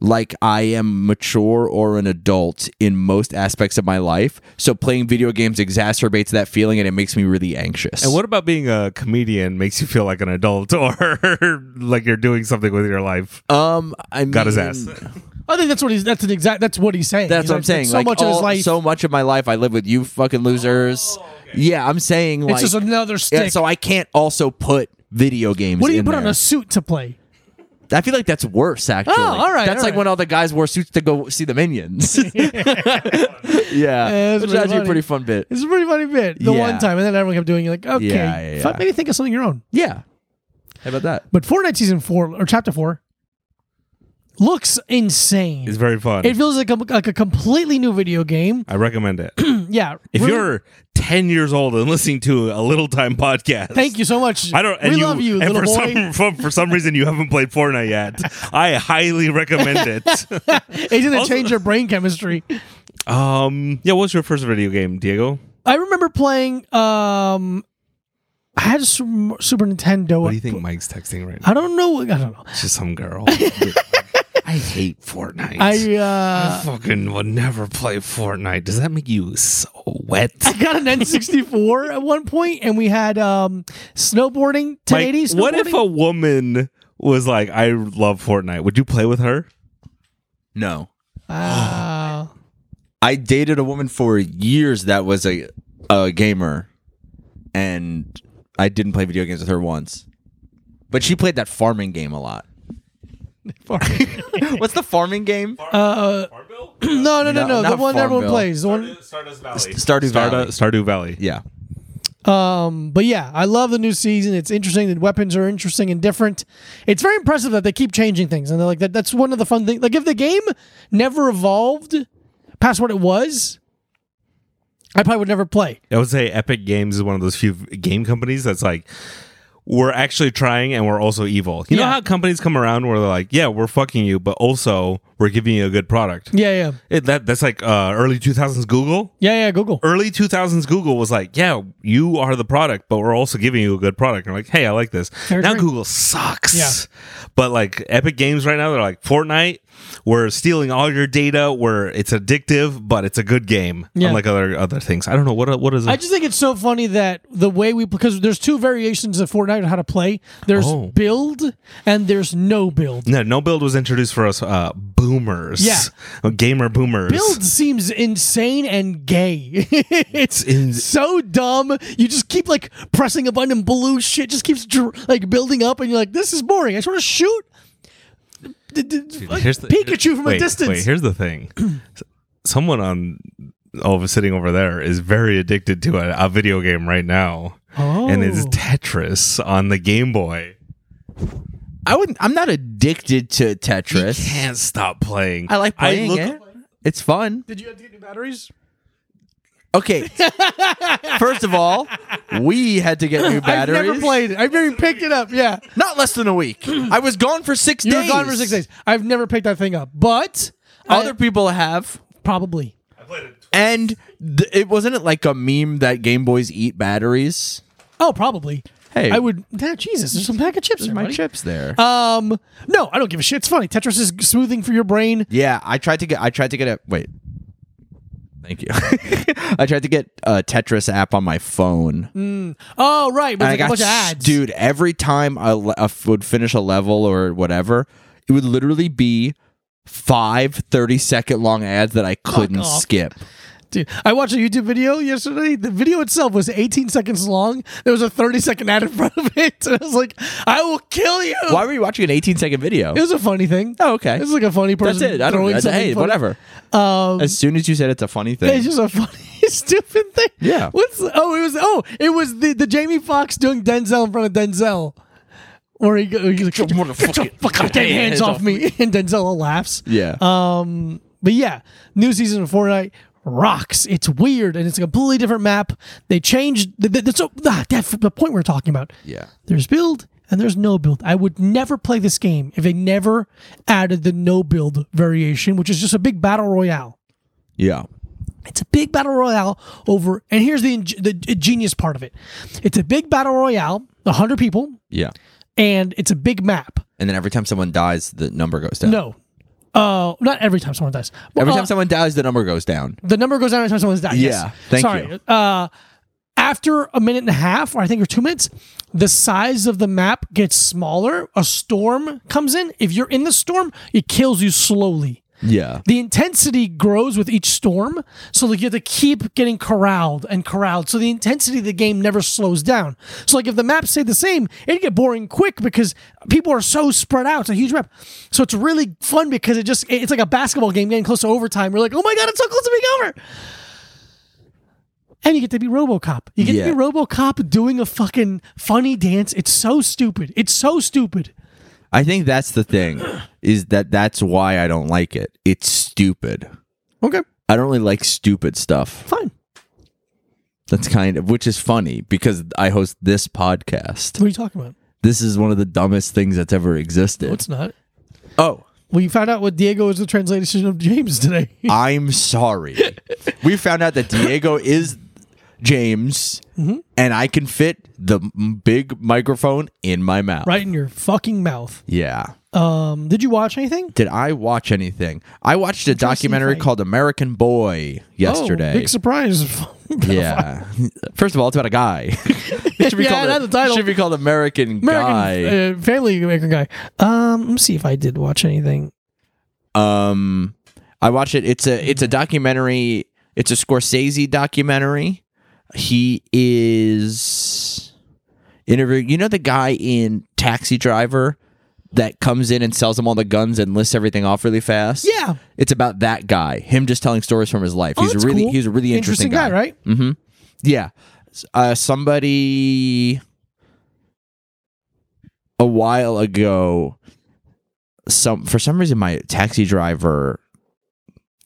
Speaker 2: like I am mature or an adult in most aspects of my life. So playing video games exacerbates that feeling and it makes me really anxious.
Speaker 3: And what about being a comedian makes you feel like an adult or like you're doing something with your life?
Speaker 2: um I
Speaker 3: Got his
Speaker 2: mean,
Speaker 3: ass.
Speaker 1: I think that's what he's. That's an exact. That's what he's saying.
Speaker 2: That's
Speaker 1: He's
Speaker 2: what
Speaker 1: like,
Speaker 2: I'm saying.
Speaker 1: So
Speaker 2: like
Speaker 1: much of
Speaker 2: all,
Speaker 1: his life.
Speaker 2: so much of my life I live with you fucking losers.
Speaker 3: Oh,
Speaker 2: Yeah, I'm saying
Speaker 1: it's
Speaker 2: like
Speaker 1: just another
Speaker 2: yeah,
Speaker 1: stick.
Speaker 2: so I can't also put video games
Speaker 1: what do you
Speaker 2: in
Speaker 1: put
Speaker 2: there.
Speaker 1: on a suit to play?
Speaker 2: I feel like that's worse, actually.
Speaker 1: Oh, all right,
Speaker 2: That's
Speaker 1: all
Speaker 2: like
Speaker 1: right.
Speaker 2: when all the guys wore suits to go see the minions. yeah.
Speaker 1: that's
Speaker 2: Which is
Speaker 1: pretty
Speaker 2: actually a
Speaker 1: funny.
Speaker 2: pretty fun bit.
Speaker 1: It's a pretty funny bit. The
Speaker 2: Yeah.
Speaker 1: one time, and then everyone kept doing it. Like, okay,
Speaker 2: Yeah, yeah,
Speaker 1: fuck,
Speaker 2: yeah.
Speaker 1: maybe think of something your own.
Speaker 2: Yeah. How about that?
Speaker 1: But Fortnite season four or chapter four looks insane.
Speaker 3: It's very fun.
Speaker 1: It feels like a, like a completely new video game.
Speaker 3: I recommend it.
Speaker 1: Yeah.
Speaker 3: If
Speaker 1: really-
Speaker 3: you're 10 years old and listening to a little time podcast,
Speaker 1: thank you so much.
Speaker 3: I don't. And
Speaker 1: we
Speaker 3: you,
Speaker 1: love you,
Speaker 3: and
Speaker 1: little
Speaker 3: for
Speaker 1: boy.
Speaker 3: some for, for some reason you haven't played Fortnite yet. I highly recommend it.
Speaker 1: It's gonna change your brain chemistry.
Speaker 3: um, yeah. What was your first video game, Diego?
Speaker 1: I remember playing. um I had a Super Super Nintendo.
Speaker 3: What do you think Mike's texting right now?
Speaker 1: I don't know. I don't know.
Speaker 3: It's just some girl. I hate Fortnite.
Speaker 1: I uh,
Speaker 3: fucking would never play Fortnite. Does that make you so wet?
Speaker 1: I got an N64 at one point, and we had um snowboarding 1080.
Speaker 3: Mike, what if
Speaker 1: snowboarding.
Speaker 3: a woman was like, "I love Fortnite"? Would you play with her?
Speaker 2: No.
Speaker 1: Uh,
Speaker 2: I dated a woman for years that was a, a gamer, and I didn't play video games with her once. But she played that farming game a lot. What's the farming game?
Speaker 1: uh, no, no, no,
Speaker 2: No,
Speaker 1: no. The
Speaker 2: not
Speaker 1: one everyone
Speaker 2: Farmville.
Speaker 1: plays. The one,
Speaker 3: Stardust Valley.
Speaker 2: Stardew Valley.
Speaker 3: Stardew Valley.
Speaker 2: Yeah.
Speaker 1: um, but yeah, I love the new season. It's interesting. The weapons are interesting and different. It's very impressive that they keep changing things, and they're like that. That's one of the fun things. Like if the game never evolved past what it was, I probably would never play.
Speaker 3: I would say Epic Games is one of those few game companies that's like, we're actually trying and we're also evil. You know
Speaker 1: Yeah.
Speaker 3: how companies come around where they're like, yeah, we're fucking you, but also we're giving you a good product.
Speaker 1: Yeah, yeah,
Speaker 3: It, that that's like uh, early two thousands Google.
Speaker 1: yeah, yeah. Google.
Speaker 3: Early two thousands Google was like, yeah, you are the product, but we're also giving you a good product. And like, hey, I like this. now
Speaker 1: trade.
Speaker 3: Google sucks.
Speaker 1: Yeah.
Speaker 3: But like Epic Games right now, they're like Fortnite. We're stealing all your data. We're it's addictive, but it's a good game.
Speaker 1: Yeah.
Speaker 3: Unlike other other things, I don't know what what is.
Speaker 1: I just think it's so funny that the way we because there's two variations of Fortnite on how to play. There's
Speaker 3: Oh.
Speaker 1: build and there's no build.
Speaker 3: No, no build was introduced for us uh boomers.
Speaker 1: Yeah.
Speaker 3: Uh, Gamer boomers.
Speaker 1: Build seems insane and gay. it's so dumb. You just keep like pressing a button and blue shit just keeps dr- like building up, and you're like, this is boring. I just want to shoot. D- d- like, Pikachu from
Speaker 3: wait,
Speaker 1: a distance.
Speaker 3: Wait, here's the thing. S- Someone on over sitting over there is very addicted to a, a video game right now.
Speaker 1: Oh.
Speaker 3: And it's Tetris on the Game Boy.
Speaker 2: I wouldn't. I'm not addicted to Tetris.
Speaker 3: Can't stop playing.
Speaker 2: I like playing it. It's fun.
Speaker 1: Did you have to get new batteries?
Speaker 2: Okay. First of all, we had to get new batteries.
Speaker 1: I've never played it. I've never picked it up. Yeah.
Speaker 2: Not less than a week. I was gone for six
Speaker 1: You
Speaker 2: days.
Speaker 1: were gone for six days. I've never picked that thing up, but
Speaker 2: Other
Speaker 1: I,
Speaker 2: people have.
Speaker 1: probably.
Speaker 3: I played it.
Speaker 2: And th- it wasn't it like a meme that Game Boys eat batteries.
Speaker 1: Oh, probably.
Speaker 2: Hey.
Speaker 1: I would. Nah, Jesus, there's some pack of chips. There,
Speaker 2: My
Speaker 1: buddy.
Speaker 2: chips there.
Speaker 1: Um, no, I don't give a shit. It's funny. Tetris is smoothing for your brain.
Speaker 2: yeah, I tried to get. I tried to get a wait. Thank you. I tried to get a Tetris app on my phone.
Speaker 1: Oh, right, but
Speaker 2: And
Speaker 1: it's like a bunch of
Speaker 2: s-
Speaker 1: ads.
Speaker 2: Dude, every time I le- I f- would finish a level or whatever, it would literally be five 30 second long ads that I couldn't
Speaker 1: off.
Speaker 2: skip.
Speaker 1: Dude, I watched a YouTube video yesterday. The video itself was 18 seconds long. There was a 30 second ad in front of it, and I was like, "I will kill you."
Speaker 2: Why were you watching an 18 second video?
Speaker 1: It was a funny thing.
Speaker 2: oh, okay.
Speaker 1: It was like a funny person.
Speaker 2: That's it. I don't
Speaker 1: throwing
Speaker 2: know.
Speaker 1: something
Speaker 2: Hey,
Speaker 1: funny.
Speaker 2: whatever.
Speaker 1: Um,
Speaker 2: As soon as you said it's a funny
Speaker 1: Yeah,
Speaker 2: thing.
Speaker 1: It's just a funny, stupid thing.
Speaker 2: Yeah.
Speaker 1: What's oh it was oh it was the the Jamie Foxx doing Denzel in front of Denzel, or he go- he's like, get your
Speaker 2: motherfucking
Speaker 1: goddamn hands off me, and Denzel laughs.
Speaker 2: yeah.
Speaker 1: Um, but yeah, new season of Fortnite rocks. It's weird, and it's a completely different map. They changed. The, the, the, so ah, that's the point we're talking about.
Speaker 2: Yeah.
Speaker 1: There's build and there's no build. I would never play this game if they never added the no build variation, which is just a big battle royale.
Speaker 2: Yeah.
Speaker 1: It's a big battle royale over, and here's the ing- the genius part of it. It's a big battle royale, hundred people,
Speaker 2: Yeah.
Speaker 1: and it's a big map.
Speaker 2: And then every time someone dies, the number goes down.
Speaker 1: No, uh, not every time someone dies. Well,
Speaker 2: Every
Speaker 1: uh,
Speaker 2: time someone dies, the number goes down.
Speaker 1: the number goes down every time someone dies.
Speaker 2: Yeah,
Speaker 1: Yes.
Speaker 2: thank
Speaker 1: Sorry.
Speaker 2: you.
Speaker 1: Uh, after a minute and a half, or I think or two minutes, the size of the map gets smaller. A storm comes in. If you're in the storm, it kills you slowly.
Speaker 2: Yeah.
Speaker 1: The intensity grows with each storm, so like you have to keep getting corralled and corralled. So the intensity of the game never slows down. So like if the maps stay the same, it'd get boring quick because people are so spread out. It's a huge map, so it's really fun because it just it's like a basketball game getting close to overtime. We're like, oh my god, it's so close to being over. And you get to be RoboCop. You get
Speaker 2: Yeah.
Speaker 1: to be RoboCop doing a fucking funny dance. It's so stupid. It's so stupid.
Speaker 2: I think that's the thing is that that's why I don't like it. It's stupid.
Speaker 1: Okay,
Speaker 2: I don't really like stupid stuff.
Speaker 1: fine.
Speaker 2: That's kind of which is funny because I host this podcast.
Speaker 1: What are you talking about?
Speaker 2: This is one of the dumbest things that's ever existed.
Speaker 1: No, it's not.
Speaker 2: oh,
Speaker 1: We found out what Diego is the translation of James today.
Speaker 2: I'm sorry. we found out that Diego is James, and I can fit the m- big microphone in my mouth.
Speaker 1: right in your fucking mouth.
Speaker 2: Yeah.
Speaker 1: Um, did you watch anything?
Speaker 2: Did I watch anything? I watched a documentary
Speaker 1: thing.
Speaker 2: called American Boy
Speaker 1: Oh,
Speaker 2: yesterday.
Speaker 1: big surprise.
Speaker 2: yeah. First of all, it's about a guy. it should be
Speaker 1: Yeah,
Speaker 2: called
Speaker 1: that's
Speaker 2: a-
Speaker 1: the title.
Speaker 2: Should be called American, Guy.
Speaker 1: American uh, family American guy. Um, let me see if I did watch anything.
Speaker 2: Um, I watch it. It's a it's a documentary. It's a Scorsese documentary. He is interviewing. You know the guy in Taxi Driver that comes in and sells him all the guns and lists everything off really fast.
Speaker 1: Yeah.
Speaker 2: it's about that guy. Him just telling stories from his life.
Speaker 1: Oh,
Speaker 2: he's
Speaker 1: that's
Speaker 2: really
Speaker 1: cool.
Speaker 2: he's a really interesting,
Speaker 1: guy, right?
Speaker 2: Mm-hmm. yeah. S- Uh, somebody a while ago, some for some reason my taxi driver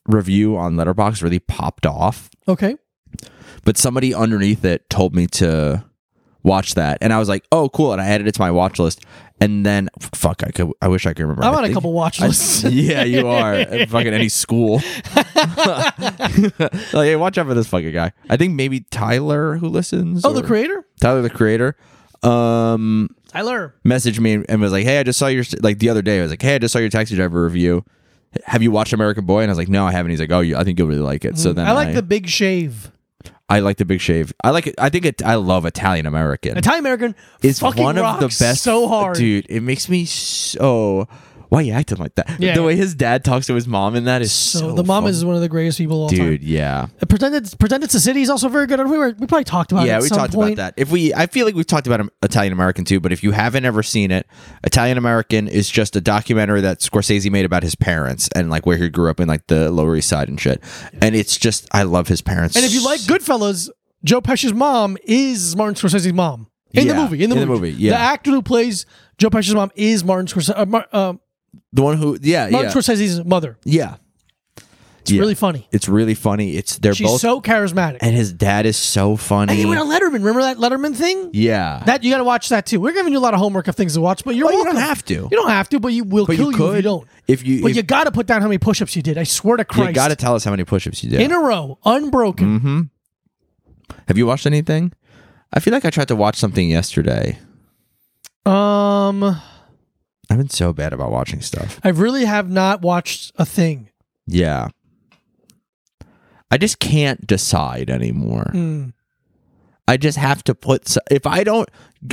Speaker 2: review on Letterbox really popped off,
Speaker 1: Okay.
Speaker 2: but somebody underneath it told me to watch that, and I was like, "Oh, cool!" And I added it to my watch list, and then fuck, I could, I wish I could remember.
Speaker 1: I'm
Speaker 2: I
Speaker 1: on a
Speaker 2: think-
Speaker 1: couple watch
Speaker 2: I-
Speaker 1: lists.
Speaker 2: yeah, you are at fucking any school. like, hey, watch out for this fucking guy. I think maybe Tyler who listens.
Speaker 1: oh, the
Speaker 2: or-
Speaker 1: creator?
Speaker 2: Tyler the creator. Um,
Speaker 1: Tyler.
Speaker 2: messaged me and was like, "Hey, I just saw your st-" like the other day. I was like, "Hey, I just saw your taxi driver review. Have you watched American Boy?" And I was like, "No, I haven't." He's like, "Oh, you, I think you'll really like it." So then
Speaker 1: Mm, I like the big shave.
Speaker 2: I like the big shave. I like it. I think it. I love Italian American.
Speaker 1: Italian American
Speaker 2: It's
Speaker 1: fucking
Speaker 2: one of the
Speaker 1: rocks
Speaker 2: best.
Speaker 1: so hard.
Speaker 2: dude. It makes me so. Why you acting like that?
Speaker 1: Yeah.
Speaker 2: The way his dad talks to his mom and that is so.
Speaker 1: So, the mom
Speaker 2: fun-
Speaker 1: is one of the greatest people of all
Speaker 2: dude.
Speaker 1: time.
Speaker 2: Yeah.
Speaker 1: Uh, Pretend it's, pretend it's a city. He's also very good. at- We were we probably talked about it
Speaker 2: yeah,
Speaker 1: at
Speaker 2: we
Speaker 1: some
Speaker 2: talked
Speaker 1: point.
Speaker 2: about that. If we, I feel like we've talked about um, Italian American too. But if you haven't ever seen it, Italian American is just a documentary that Scorsese made about his parents and like where he grew up in like the Lower East Side and shit. And it's just, I love his parents.
Speaker 1: And if you like Goodfellas, Joe Pesci's mom is Martin Scorsese's mom in
Speaker 2: Yeah,
Speaker 1: the movie. In the
Speaker 2: in the
Speaker 1: movie,
Speaker 2: movie, yeah.
Speaker 1: The actor who plays Joe Pesci's mom is Martin Scorsese. Uh, Mar- uh,
Speaker 2: the one who, yeah,
Speaker 1: Martin
Speaker 2: yeah,
Speaker 1: Scorsese's mother.
Speaker 2: yeah,
Speaker 1: It's really funny.
Speaker 2: it's really funny. It's they're
Speaker 1: She's
Speaker 2: both,
Speaker 1: so charismatic. And,
Speaker 2: and his dad is so funny.
Speaker 1: he went on Letterman. Remember that Letterman thing?
Speaker 2: yeah,
Speaker 1: That you got to watch that too. We're giving you a lot of homework of things to watch, but you're
Speaker 2: Well, you
Speaker 1: welcome.
Speaker 2: don't have to.
Speaker 1: You don't have to, but you will
Speaker 2: but
Speaker 1: kill
Speaker 2: you
Speaker 1: you,
Speaker 2: could
Speaker 1: if you don't.
Speaker 2: if you,
Speaker 1: But
Speaker 2: if-
Speaker 1: you got to put down how many push-ups you did. I swear to
Speaker 2: you,
Speaker 1: Christ.
Speaker 2: got to tell us how many push-ups you did.
Speaker 1: in a row, unbroken.
Speaker 2: hmm Have you watched anything? I feel like I tried to watch something yesterday. Mm.
Speaker 1: Um,
Speaker 2: I've been so bad about watching stuff.
Speaker 1: I really have not watched a thing.
Speaker 2: Yeah. I just can't decide anymore.
Speaker 1: Mm.
Speaker 2: I just have to put s- if I don't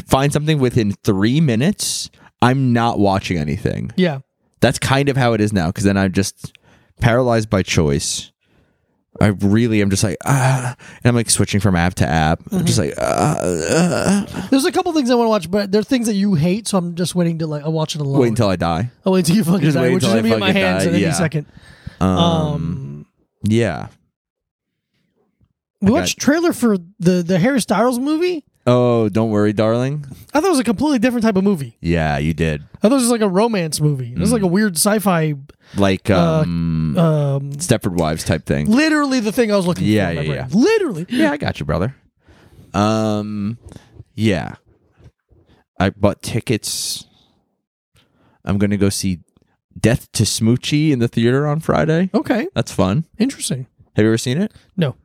Speaker 2: find something within 3 minutes, I'm not watching anything.
Speaker 1: Yeah.
Speaker 2: That's kind of how it is now cuz then I'm just paralyzed by choice. I really am just like ah and I'm like switching from app to app. I'm just like ah, ah.
Speaker 1: There's a couple things I want to watch, but they're things that you hate, so I'm just waiting to like I'll watch it alone.
Speaker 2: wait until I die.
Speaker 1: I'll wait until you fucking
Speaker 2: Just
Speaker 1: die,
Speaker 2: wait
Speaker 1: which is
Speaker 2: until
Speaker 1: gonna
Speaker 2: I
Speaker 1: be in my
Speaker 2: fucking
Speaker 1: hands
Speaker 2: die,
Speaker 1: in any
Speaker 2: yeah.
Speaker 1: second.
Speaker 2: Um,
Speaker 1: Um,
Speaker 2: yeah.
Speaker 1: we
Speaker 2: I
Speaker 1: watched trailer for the the Harry Styles movie.
Speaker 2: Oh, don't worry, darling.
Speaker 1: I thought it was a completely different type of movie.
Speaker 2: Yeah, you did.
Speaker 1: I thought it was like a romance movie. It was
Speaker 2: Mm.
Speaker 1: like a weird sci-fi.
Speaker 2: Like um,
Speaker 1: Um,
Speaker 2: Stepford Wives type thing.
Speaker 1: literally the thing I was looking
Speaker 2: Yeah,
Speaker 1: for. in my
Speaker 2: yeah,
Speaker 1: brain. Literally.
Speaker 2: Yeah, I got you, brother. Um, yeah. I bought tickets. I'm gonna go see Death to Smoochie in the theater on Friday.
Speaker 1: Okay.
Speaker 2: That's fun.
Speaker 1: Interesting.
Speaker 2: Have you ever seen it?
Speaker 1: No.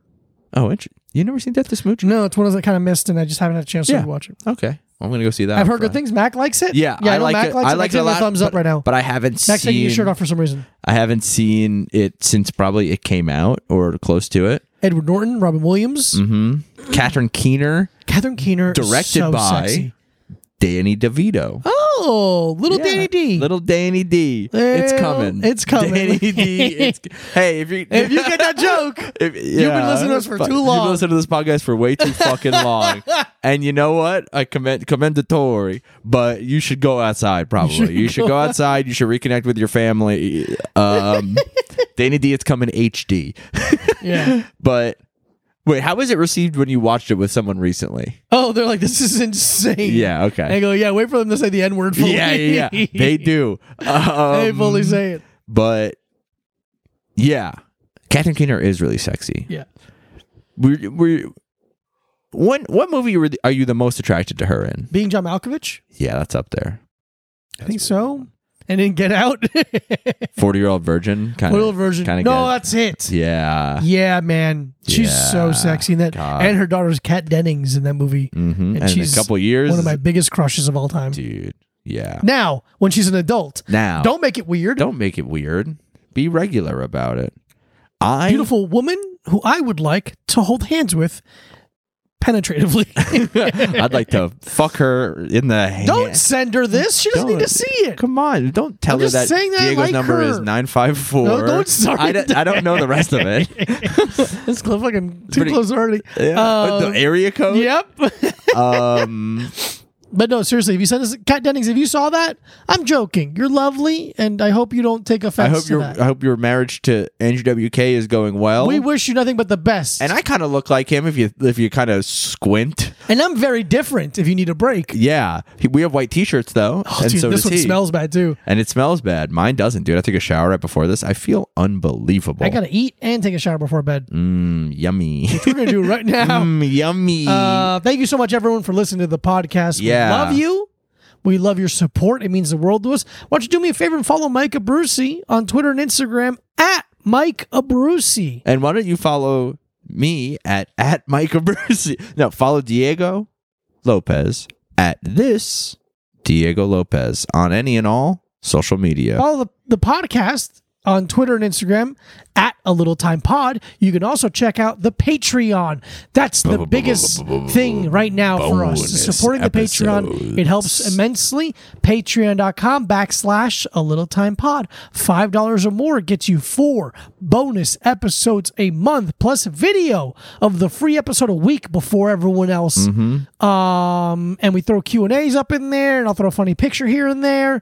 Speaker 2: Oh, inter- you never seen Death to Smoochie?
Speaker 1: No, it's one of those I kind of missed, and I just haven't had a chance
Speaker 2: Yeah.
Speaker 1: to watch it.
Speaker 2: Okay, I'm gonna go see that.
Speaker 1: I've
Speaker 2: on
Speaker 1: heard good
Speaker 2: Friday.
Speaker 1: things. Mac likes it.
Speaker 2: Yeah,
Speaker 1: yeah. I, know
Speaker 2: like
Speaker 1: Mac
Speaker 2: it.
Speaker 1: likes it.
Speaker 2: I like
Speaker 1: Mac's
Speaker 2: it a
Speaker 1: giving
Speaker 2: lot,
Speaker 1: thumbs up
Speaker 2: but-
Speaker 1: right now.
Speaker 2: But I haven't
Speaker 1: Mac's
Speaker 2: seen.
Speaker 1: taking his shirt off for some reason.
Speaker 2: I haven't seen it since probably it came out or close to it.
Speaker 1: Edward Norton, Robin Williams,
Speaker 2: Mm-hmm. Catherine Keener,
Speaker 1: Catherine Keener, is
Speaker 2: directed
Speaker 1: so
Speaker 2: by
Speaker 1: sexy.
Speaker 2: Danny DeVito.
Speaker 1: Oh, little
Speaker 2: Yeah.
Speaker 1: Danny D.
Speaker 2: Little Danny D. it's
Speaker 1: Little-
Speaker 2: coming.
Speaker 1: it's coming.
Speaker 2: Danny D. It's, hey, if you
Speaker 1: if you get that joke,
Speaker 2: If, You've
Speaker 1: been listening to us for too long.
Speaker 2: You've listened to this podcast for way too fucking long. and you know what? I commend commendatory, but you should go outside probably. You should, go, outside. You should reconnect with your family. Um, Danny D, it's coming HD.
Speaker 1: yeah.
Speaker 2: But wait, how was it received when you watched it with someone recently?
Speaker 1: Oh, they're like, this is insane. And
Speaker 2: Yeah,
Speaker 1: I
Speaker 2: okay.
Speaker 1: go, yeah. Wait for them to say the N word.
Speaker 2: Yeah, yeah, yeah. They do.
Speaker 1: they fully
Speaker 2: Um,
Speaker 1: say it.
Speaker 2: But yeah, Catherine Keener is really sexy.
Speaker 1: Yeah.
Speaker 2: We're, we're, when, what movie were the- are you the most attracted to her in?
Speaker 1: Being John Malkovich,
Speaker 2: Yeah, that's up there.
Speaker 1: I think so. And then Get Out.
Speaker 2: Forty year old virgin kind
Speaker 1: Little
Speaker 2: of.
Speaker 1: version.
Speaker 2: kinda
Speaker 1: No,
Speaker 2: good.
Speaker 1: that's it.
Speaker 2: Yeah.
Speaker 1: Yeah, man, she's so
Speaker 2: Yeah,
Speaker 1: sexy in that,
Speaker 2: God.
Speaker 1: and her daughter's Kat Dennings in that movie.
Speaker 2: Mm-hmm. And, in a
Speaker 1: she's
Speaker 2: couple years,
Speaker 1: One of my biggest crushes of all time.
Speaker 2: dude. Oh. Yeah.
Speaker 1: Now, when she's an adult,
Speaker 2: Now,
Speaker 1: don't make it weird.
Speaker 2: don't make it weird. Be regular about it. I
Speaker 1: Beautiful woman who I would like to hold hands with, penetratively.
Speaker 2: I'd like to fuck her in the hand.
Speaker 1: don't send her this. She doesn't
Speaker 2: Don't.
Speaker 1: need to see it.
Speaker 2: Come on, don't tell
Speaker 1: I'm
Speaker 2: her
Speaker 1: just
Speaker 2: that
Speaker 1: saying that I
Speaker 2: Diego's
Speaker 1: like
Speaker 2: number is
Speaker 1: her.
Speaker 2: nine five four.
Speaker 1: No, don't start
Speaker 2: I, don't- I don't know the rest of it.
Speaker 1: It's cl- fucking too
Speaker 2: pretty-
Speaker 1: close already.
Speaker 2: Yeah. Uh,
Speaker 1: Um,
Speaker 2: the area code.
Speaker 1: Yep.
Speaker 2: Um,
Speaker 1: But no, seriously, if you send us Kat Dennings, if you saw that, I'm joking. You're lovely, and I hope you don't take
Speaker 2: I
Speaker 1: offense
Speaker 2: hope
Speaker 1: to
Speaker 2: your
Speaker 1: that.
Speaker 2: I hope your marriage to Andrew WK is going well.
Speaker 1: we wish you nothing but the best.
Speaker 2: and I kind of look like him if you if you kind of squint.
Speaker 1: And I'm very different if you need a break.
Speaker 2: Yeah, He- we have white T-shirts though,
Speaker 1: Oh,
Speaker 2: and
Speaker 1: dude,
Speaker 2: so
Speaker 1: this
Speaker 2: does
Speaker 1: one
Speaker 2: he.
Speaker 1: smells bad too.
Speaker 2: and it smells bad. Mine doesn't, dude. I took a shower right before this. I feel unbelievable.
Speaker 1: I gotta eat and take a shower before bed.
Speaker 2: mm, yummy.
Speaker 1: We're gonna do it right now.
Speaker 2: mm, yummy.
Speaker 1: Uh, thank you so much, everyone, for listening to the podcast.
Speaker 2: Yeah.
Speaker 1: We love you. We love your support. It means the world to us. Why don't you do me a favor and follow Mike Abruzzi on Twitter and Instagram at Mike Abruzzi.
Speaker 2: and why don't you follow me at at Michael Brucey? No, follow Diego Lopez at this Diego Lopez on any and all social media.
Speaker 1: Follow the, the podcast on Twitter and Instagram at a little time pod. You can also check out the Patreon. That's the biggest thing right now for us.
Speaker 2: Bonus
Speaker 1: Supporting the Patreon, it helps immensely. Patreon.com backslash a little time pod. Five dollars or more gets you four bonus episodes a month plus video of the free episode a week before everyone else. Um, and we throw Q and A's up in there, and I'll throw a funny picture here and there.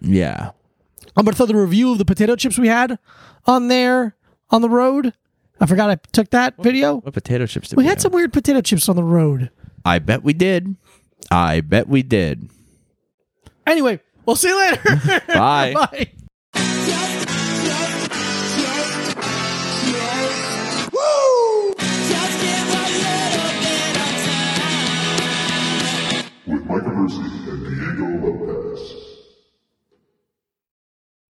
Speaker 2: Yeah.
Speaker 1: I'm gonna throw the review of the potato chips we had on there on the road. I forgot I took that video.
Speaker 2: What potato chips did we,
Speaker 1: We had
Speaker 2: have?
Speaker 1: some weird potato chips on the road.
Speaker 2: I bet we did. I bet we did.
Speaker 1: Anyway, we'll see you later.
Speaker 2: Bye.
Speaker 1: Bye.
Speaker 4: Just give a little bit of time.
Speaker 5: with Micah Mercy and Diego Lopez.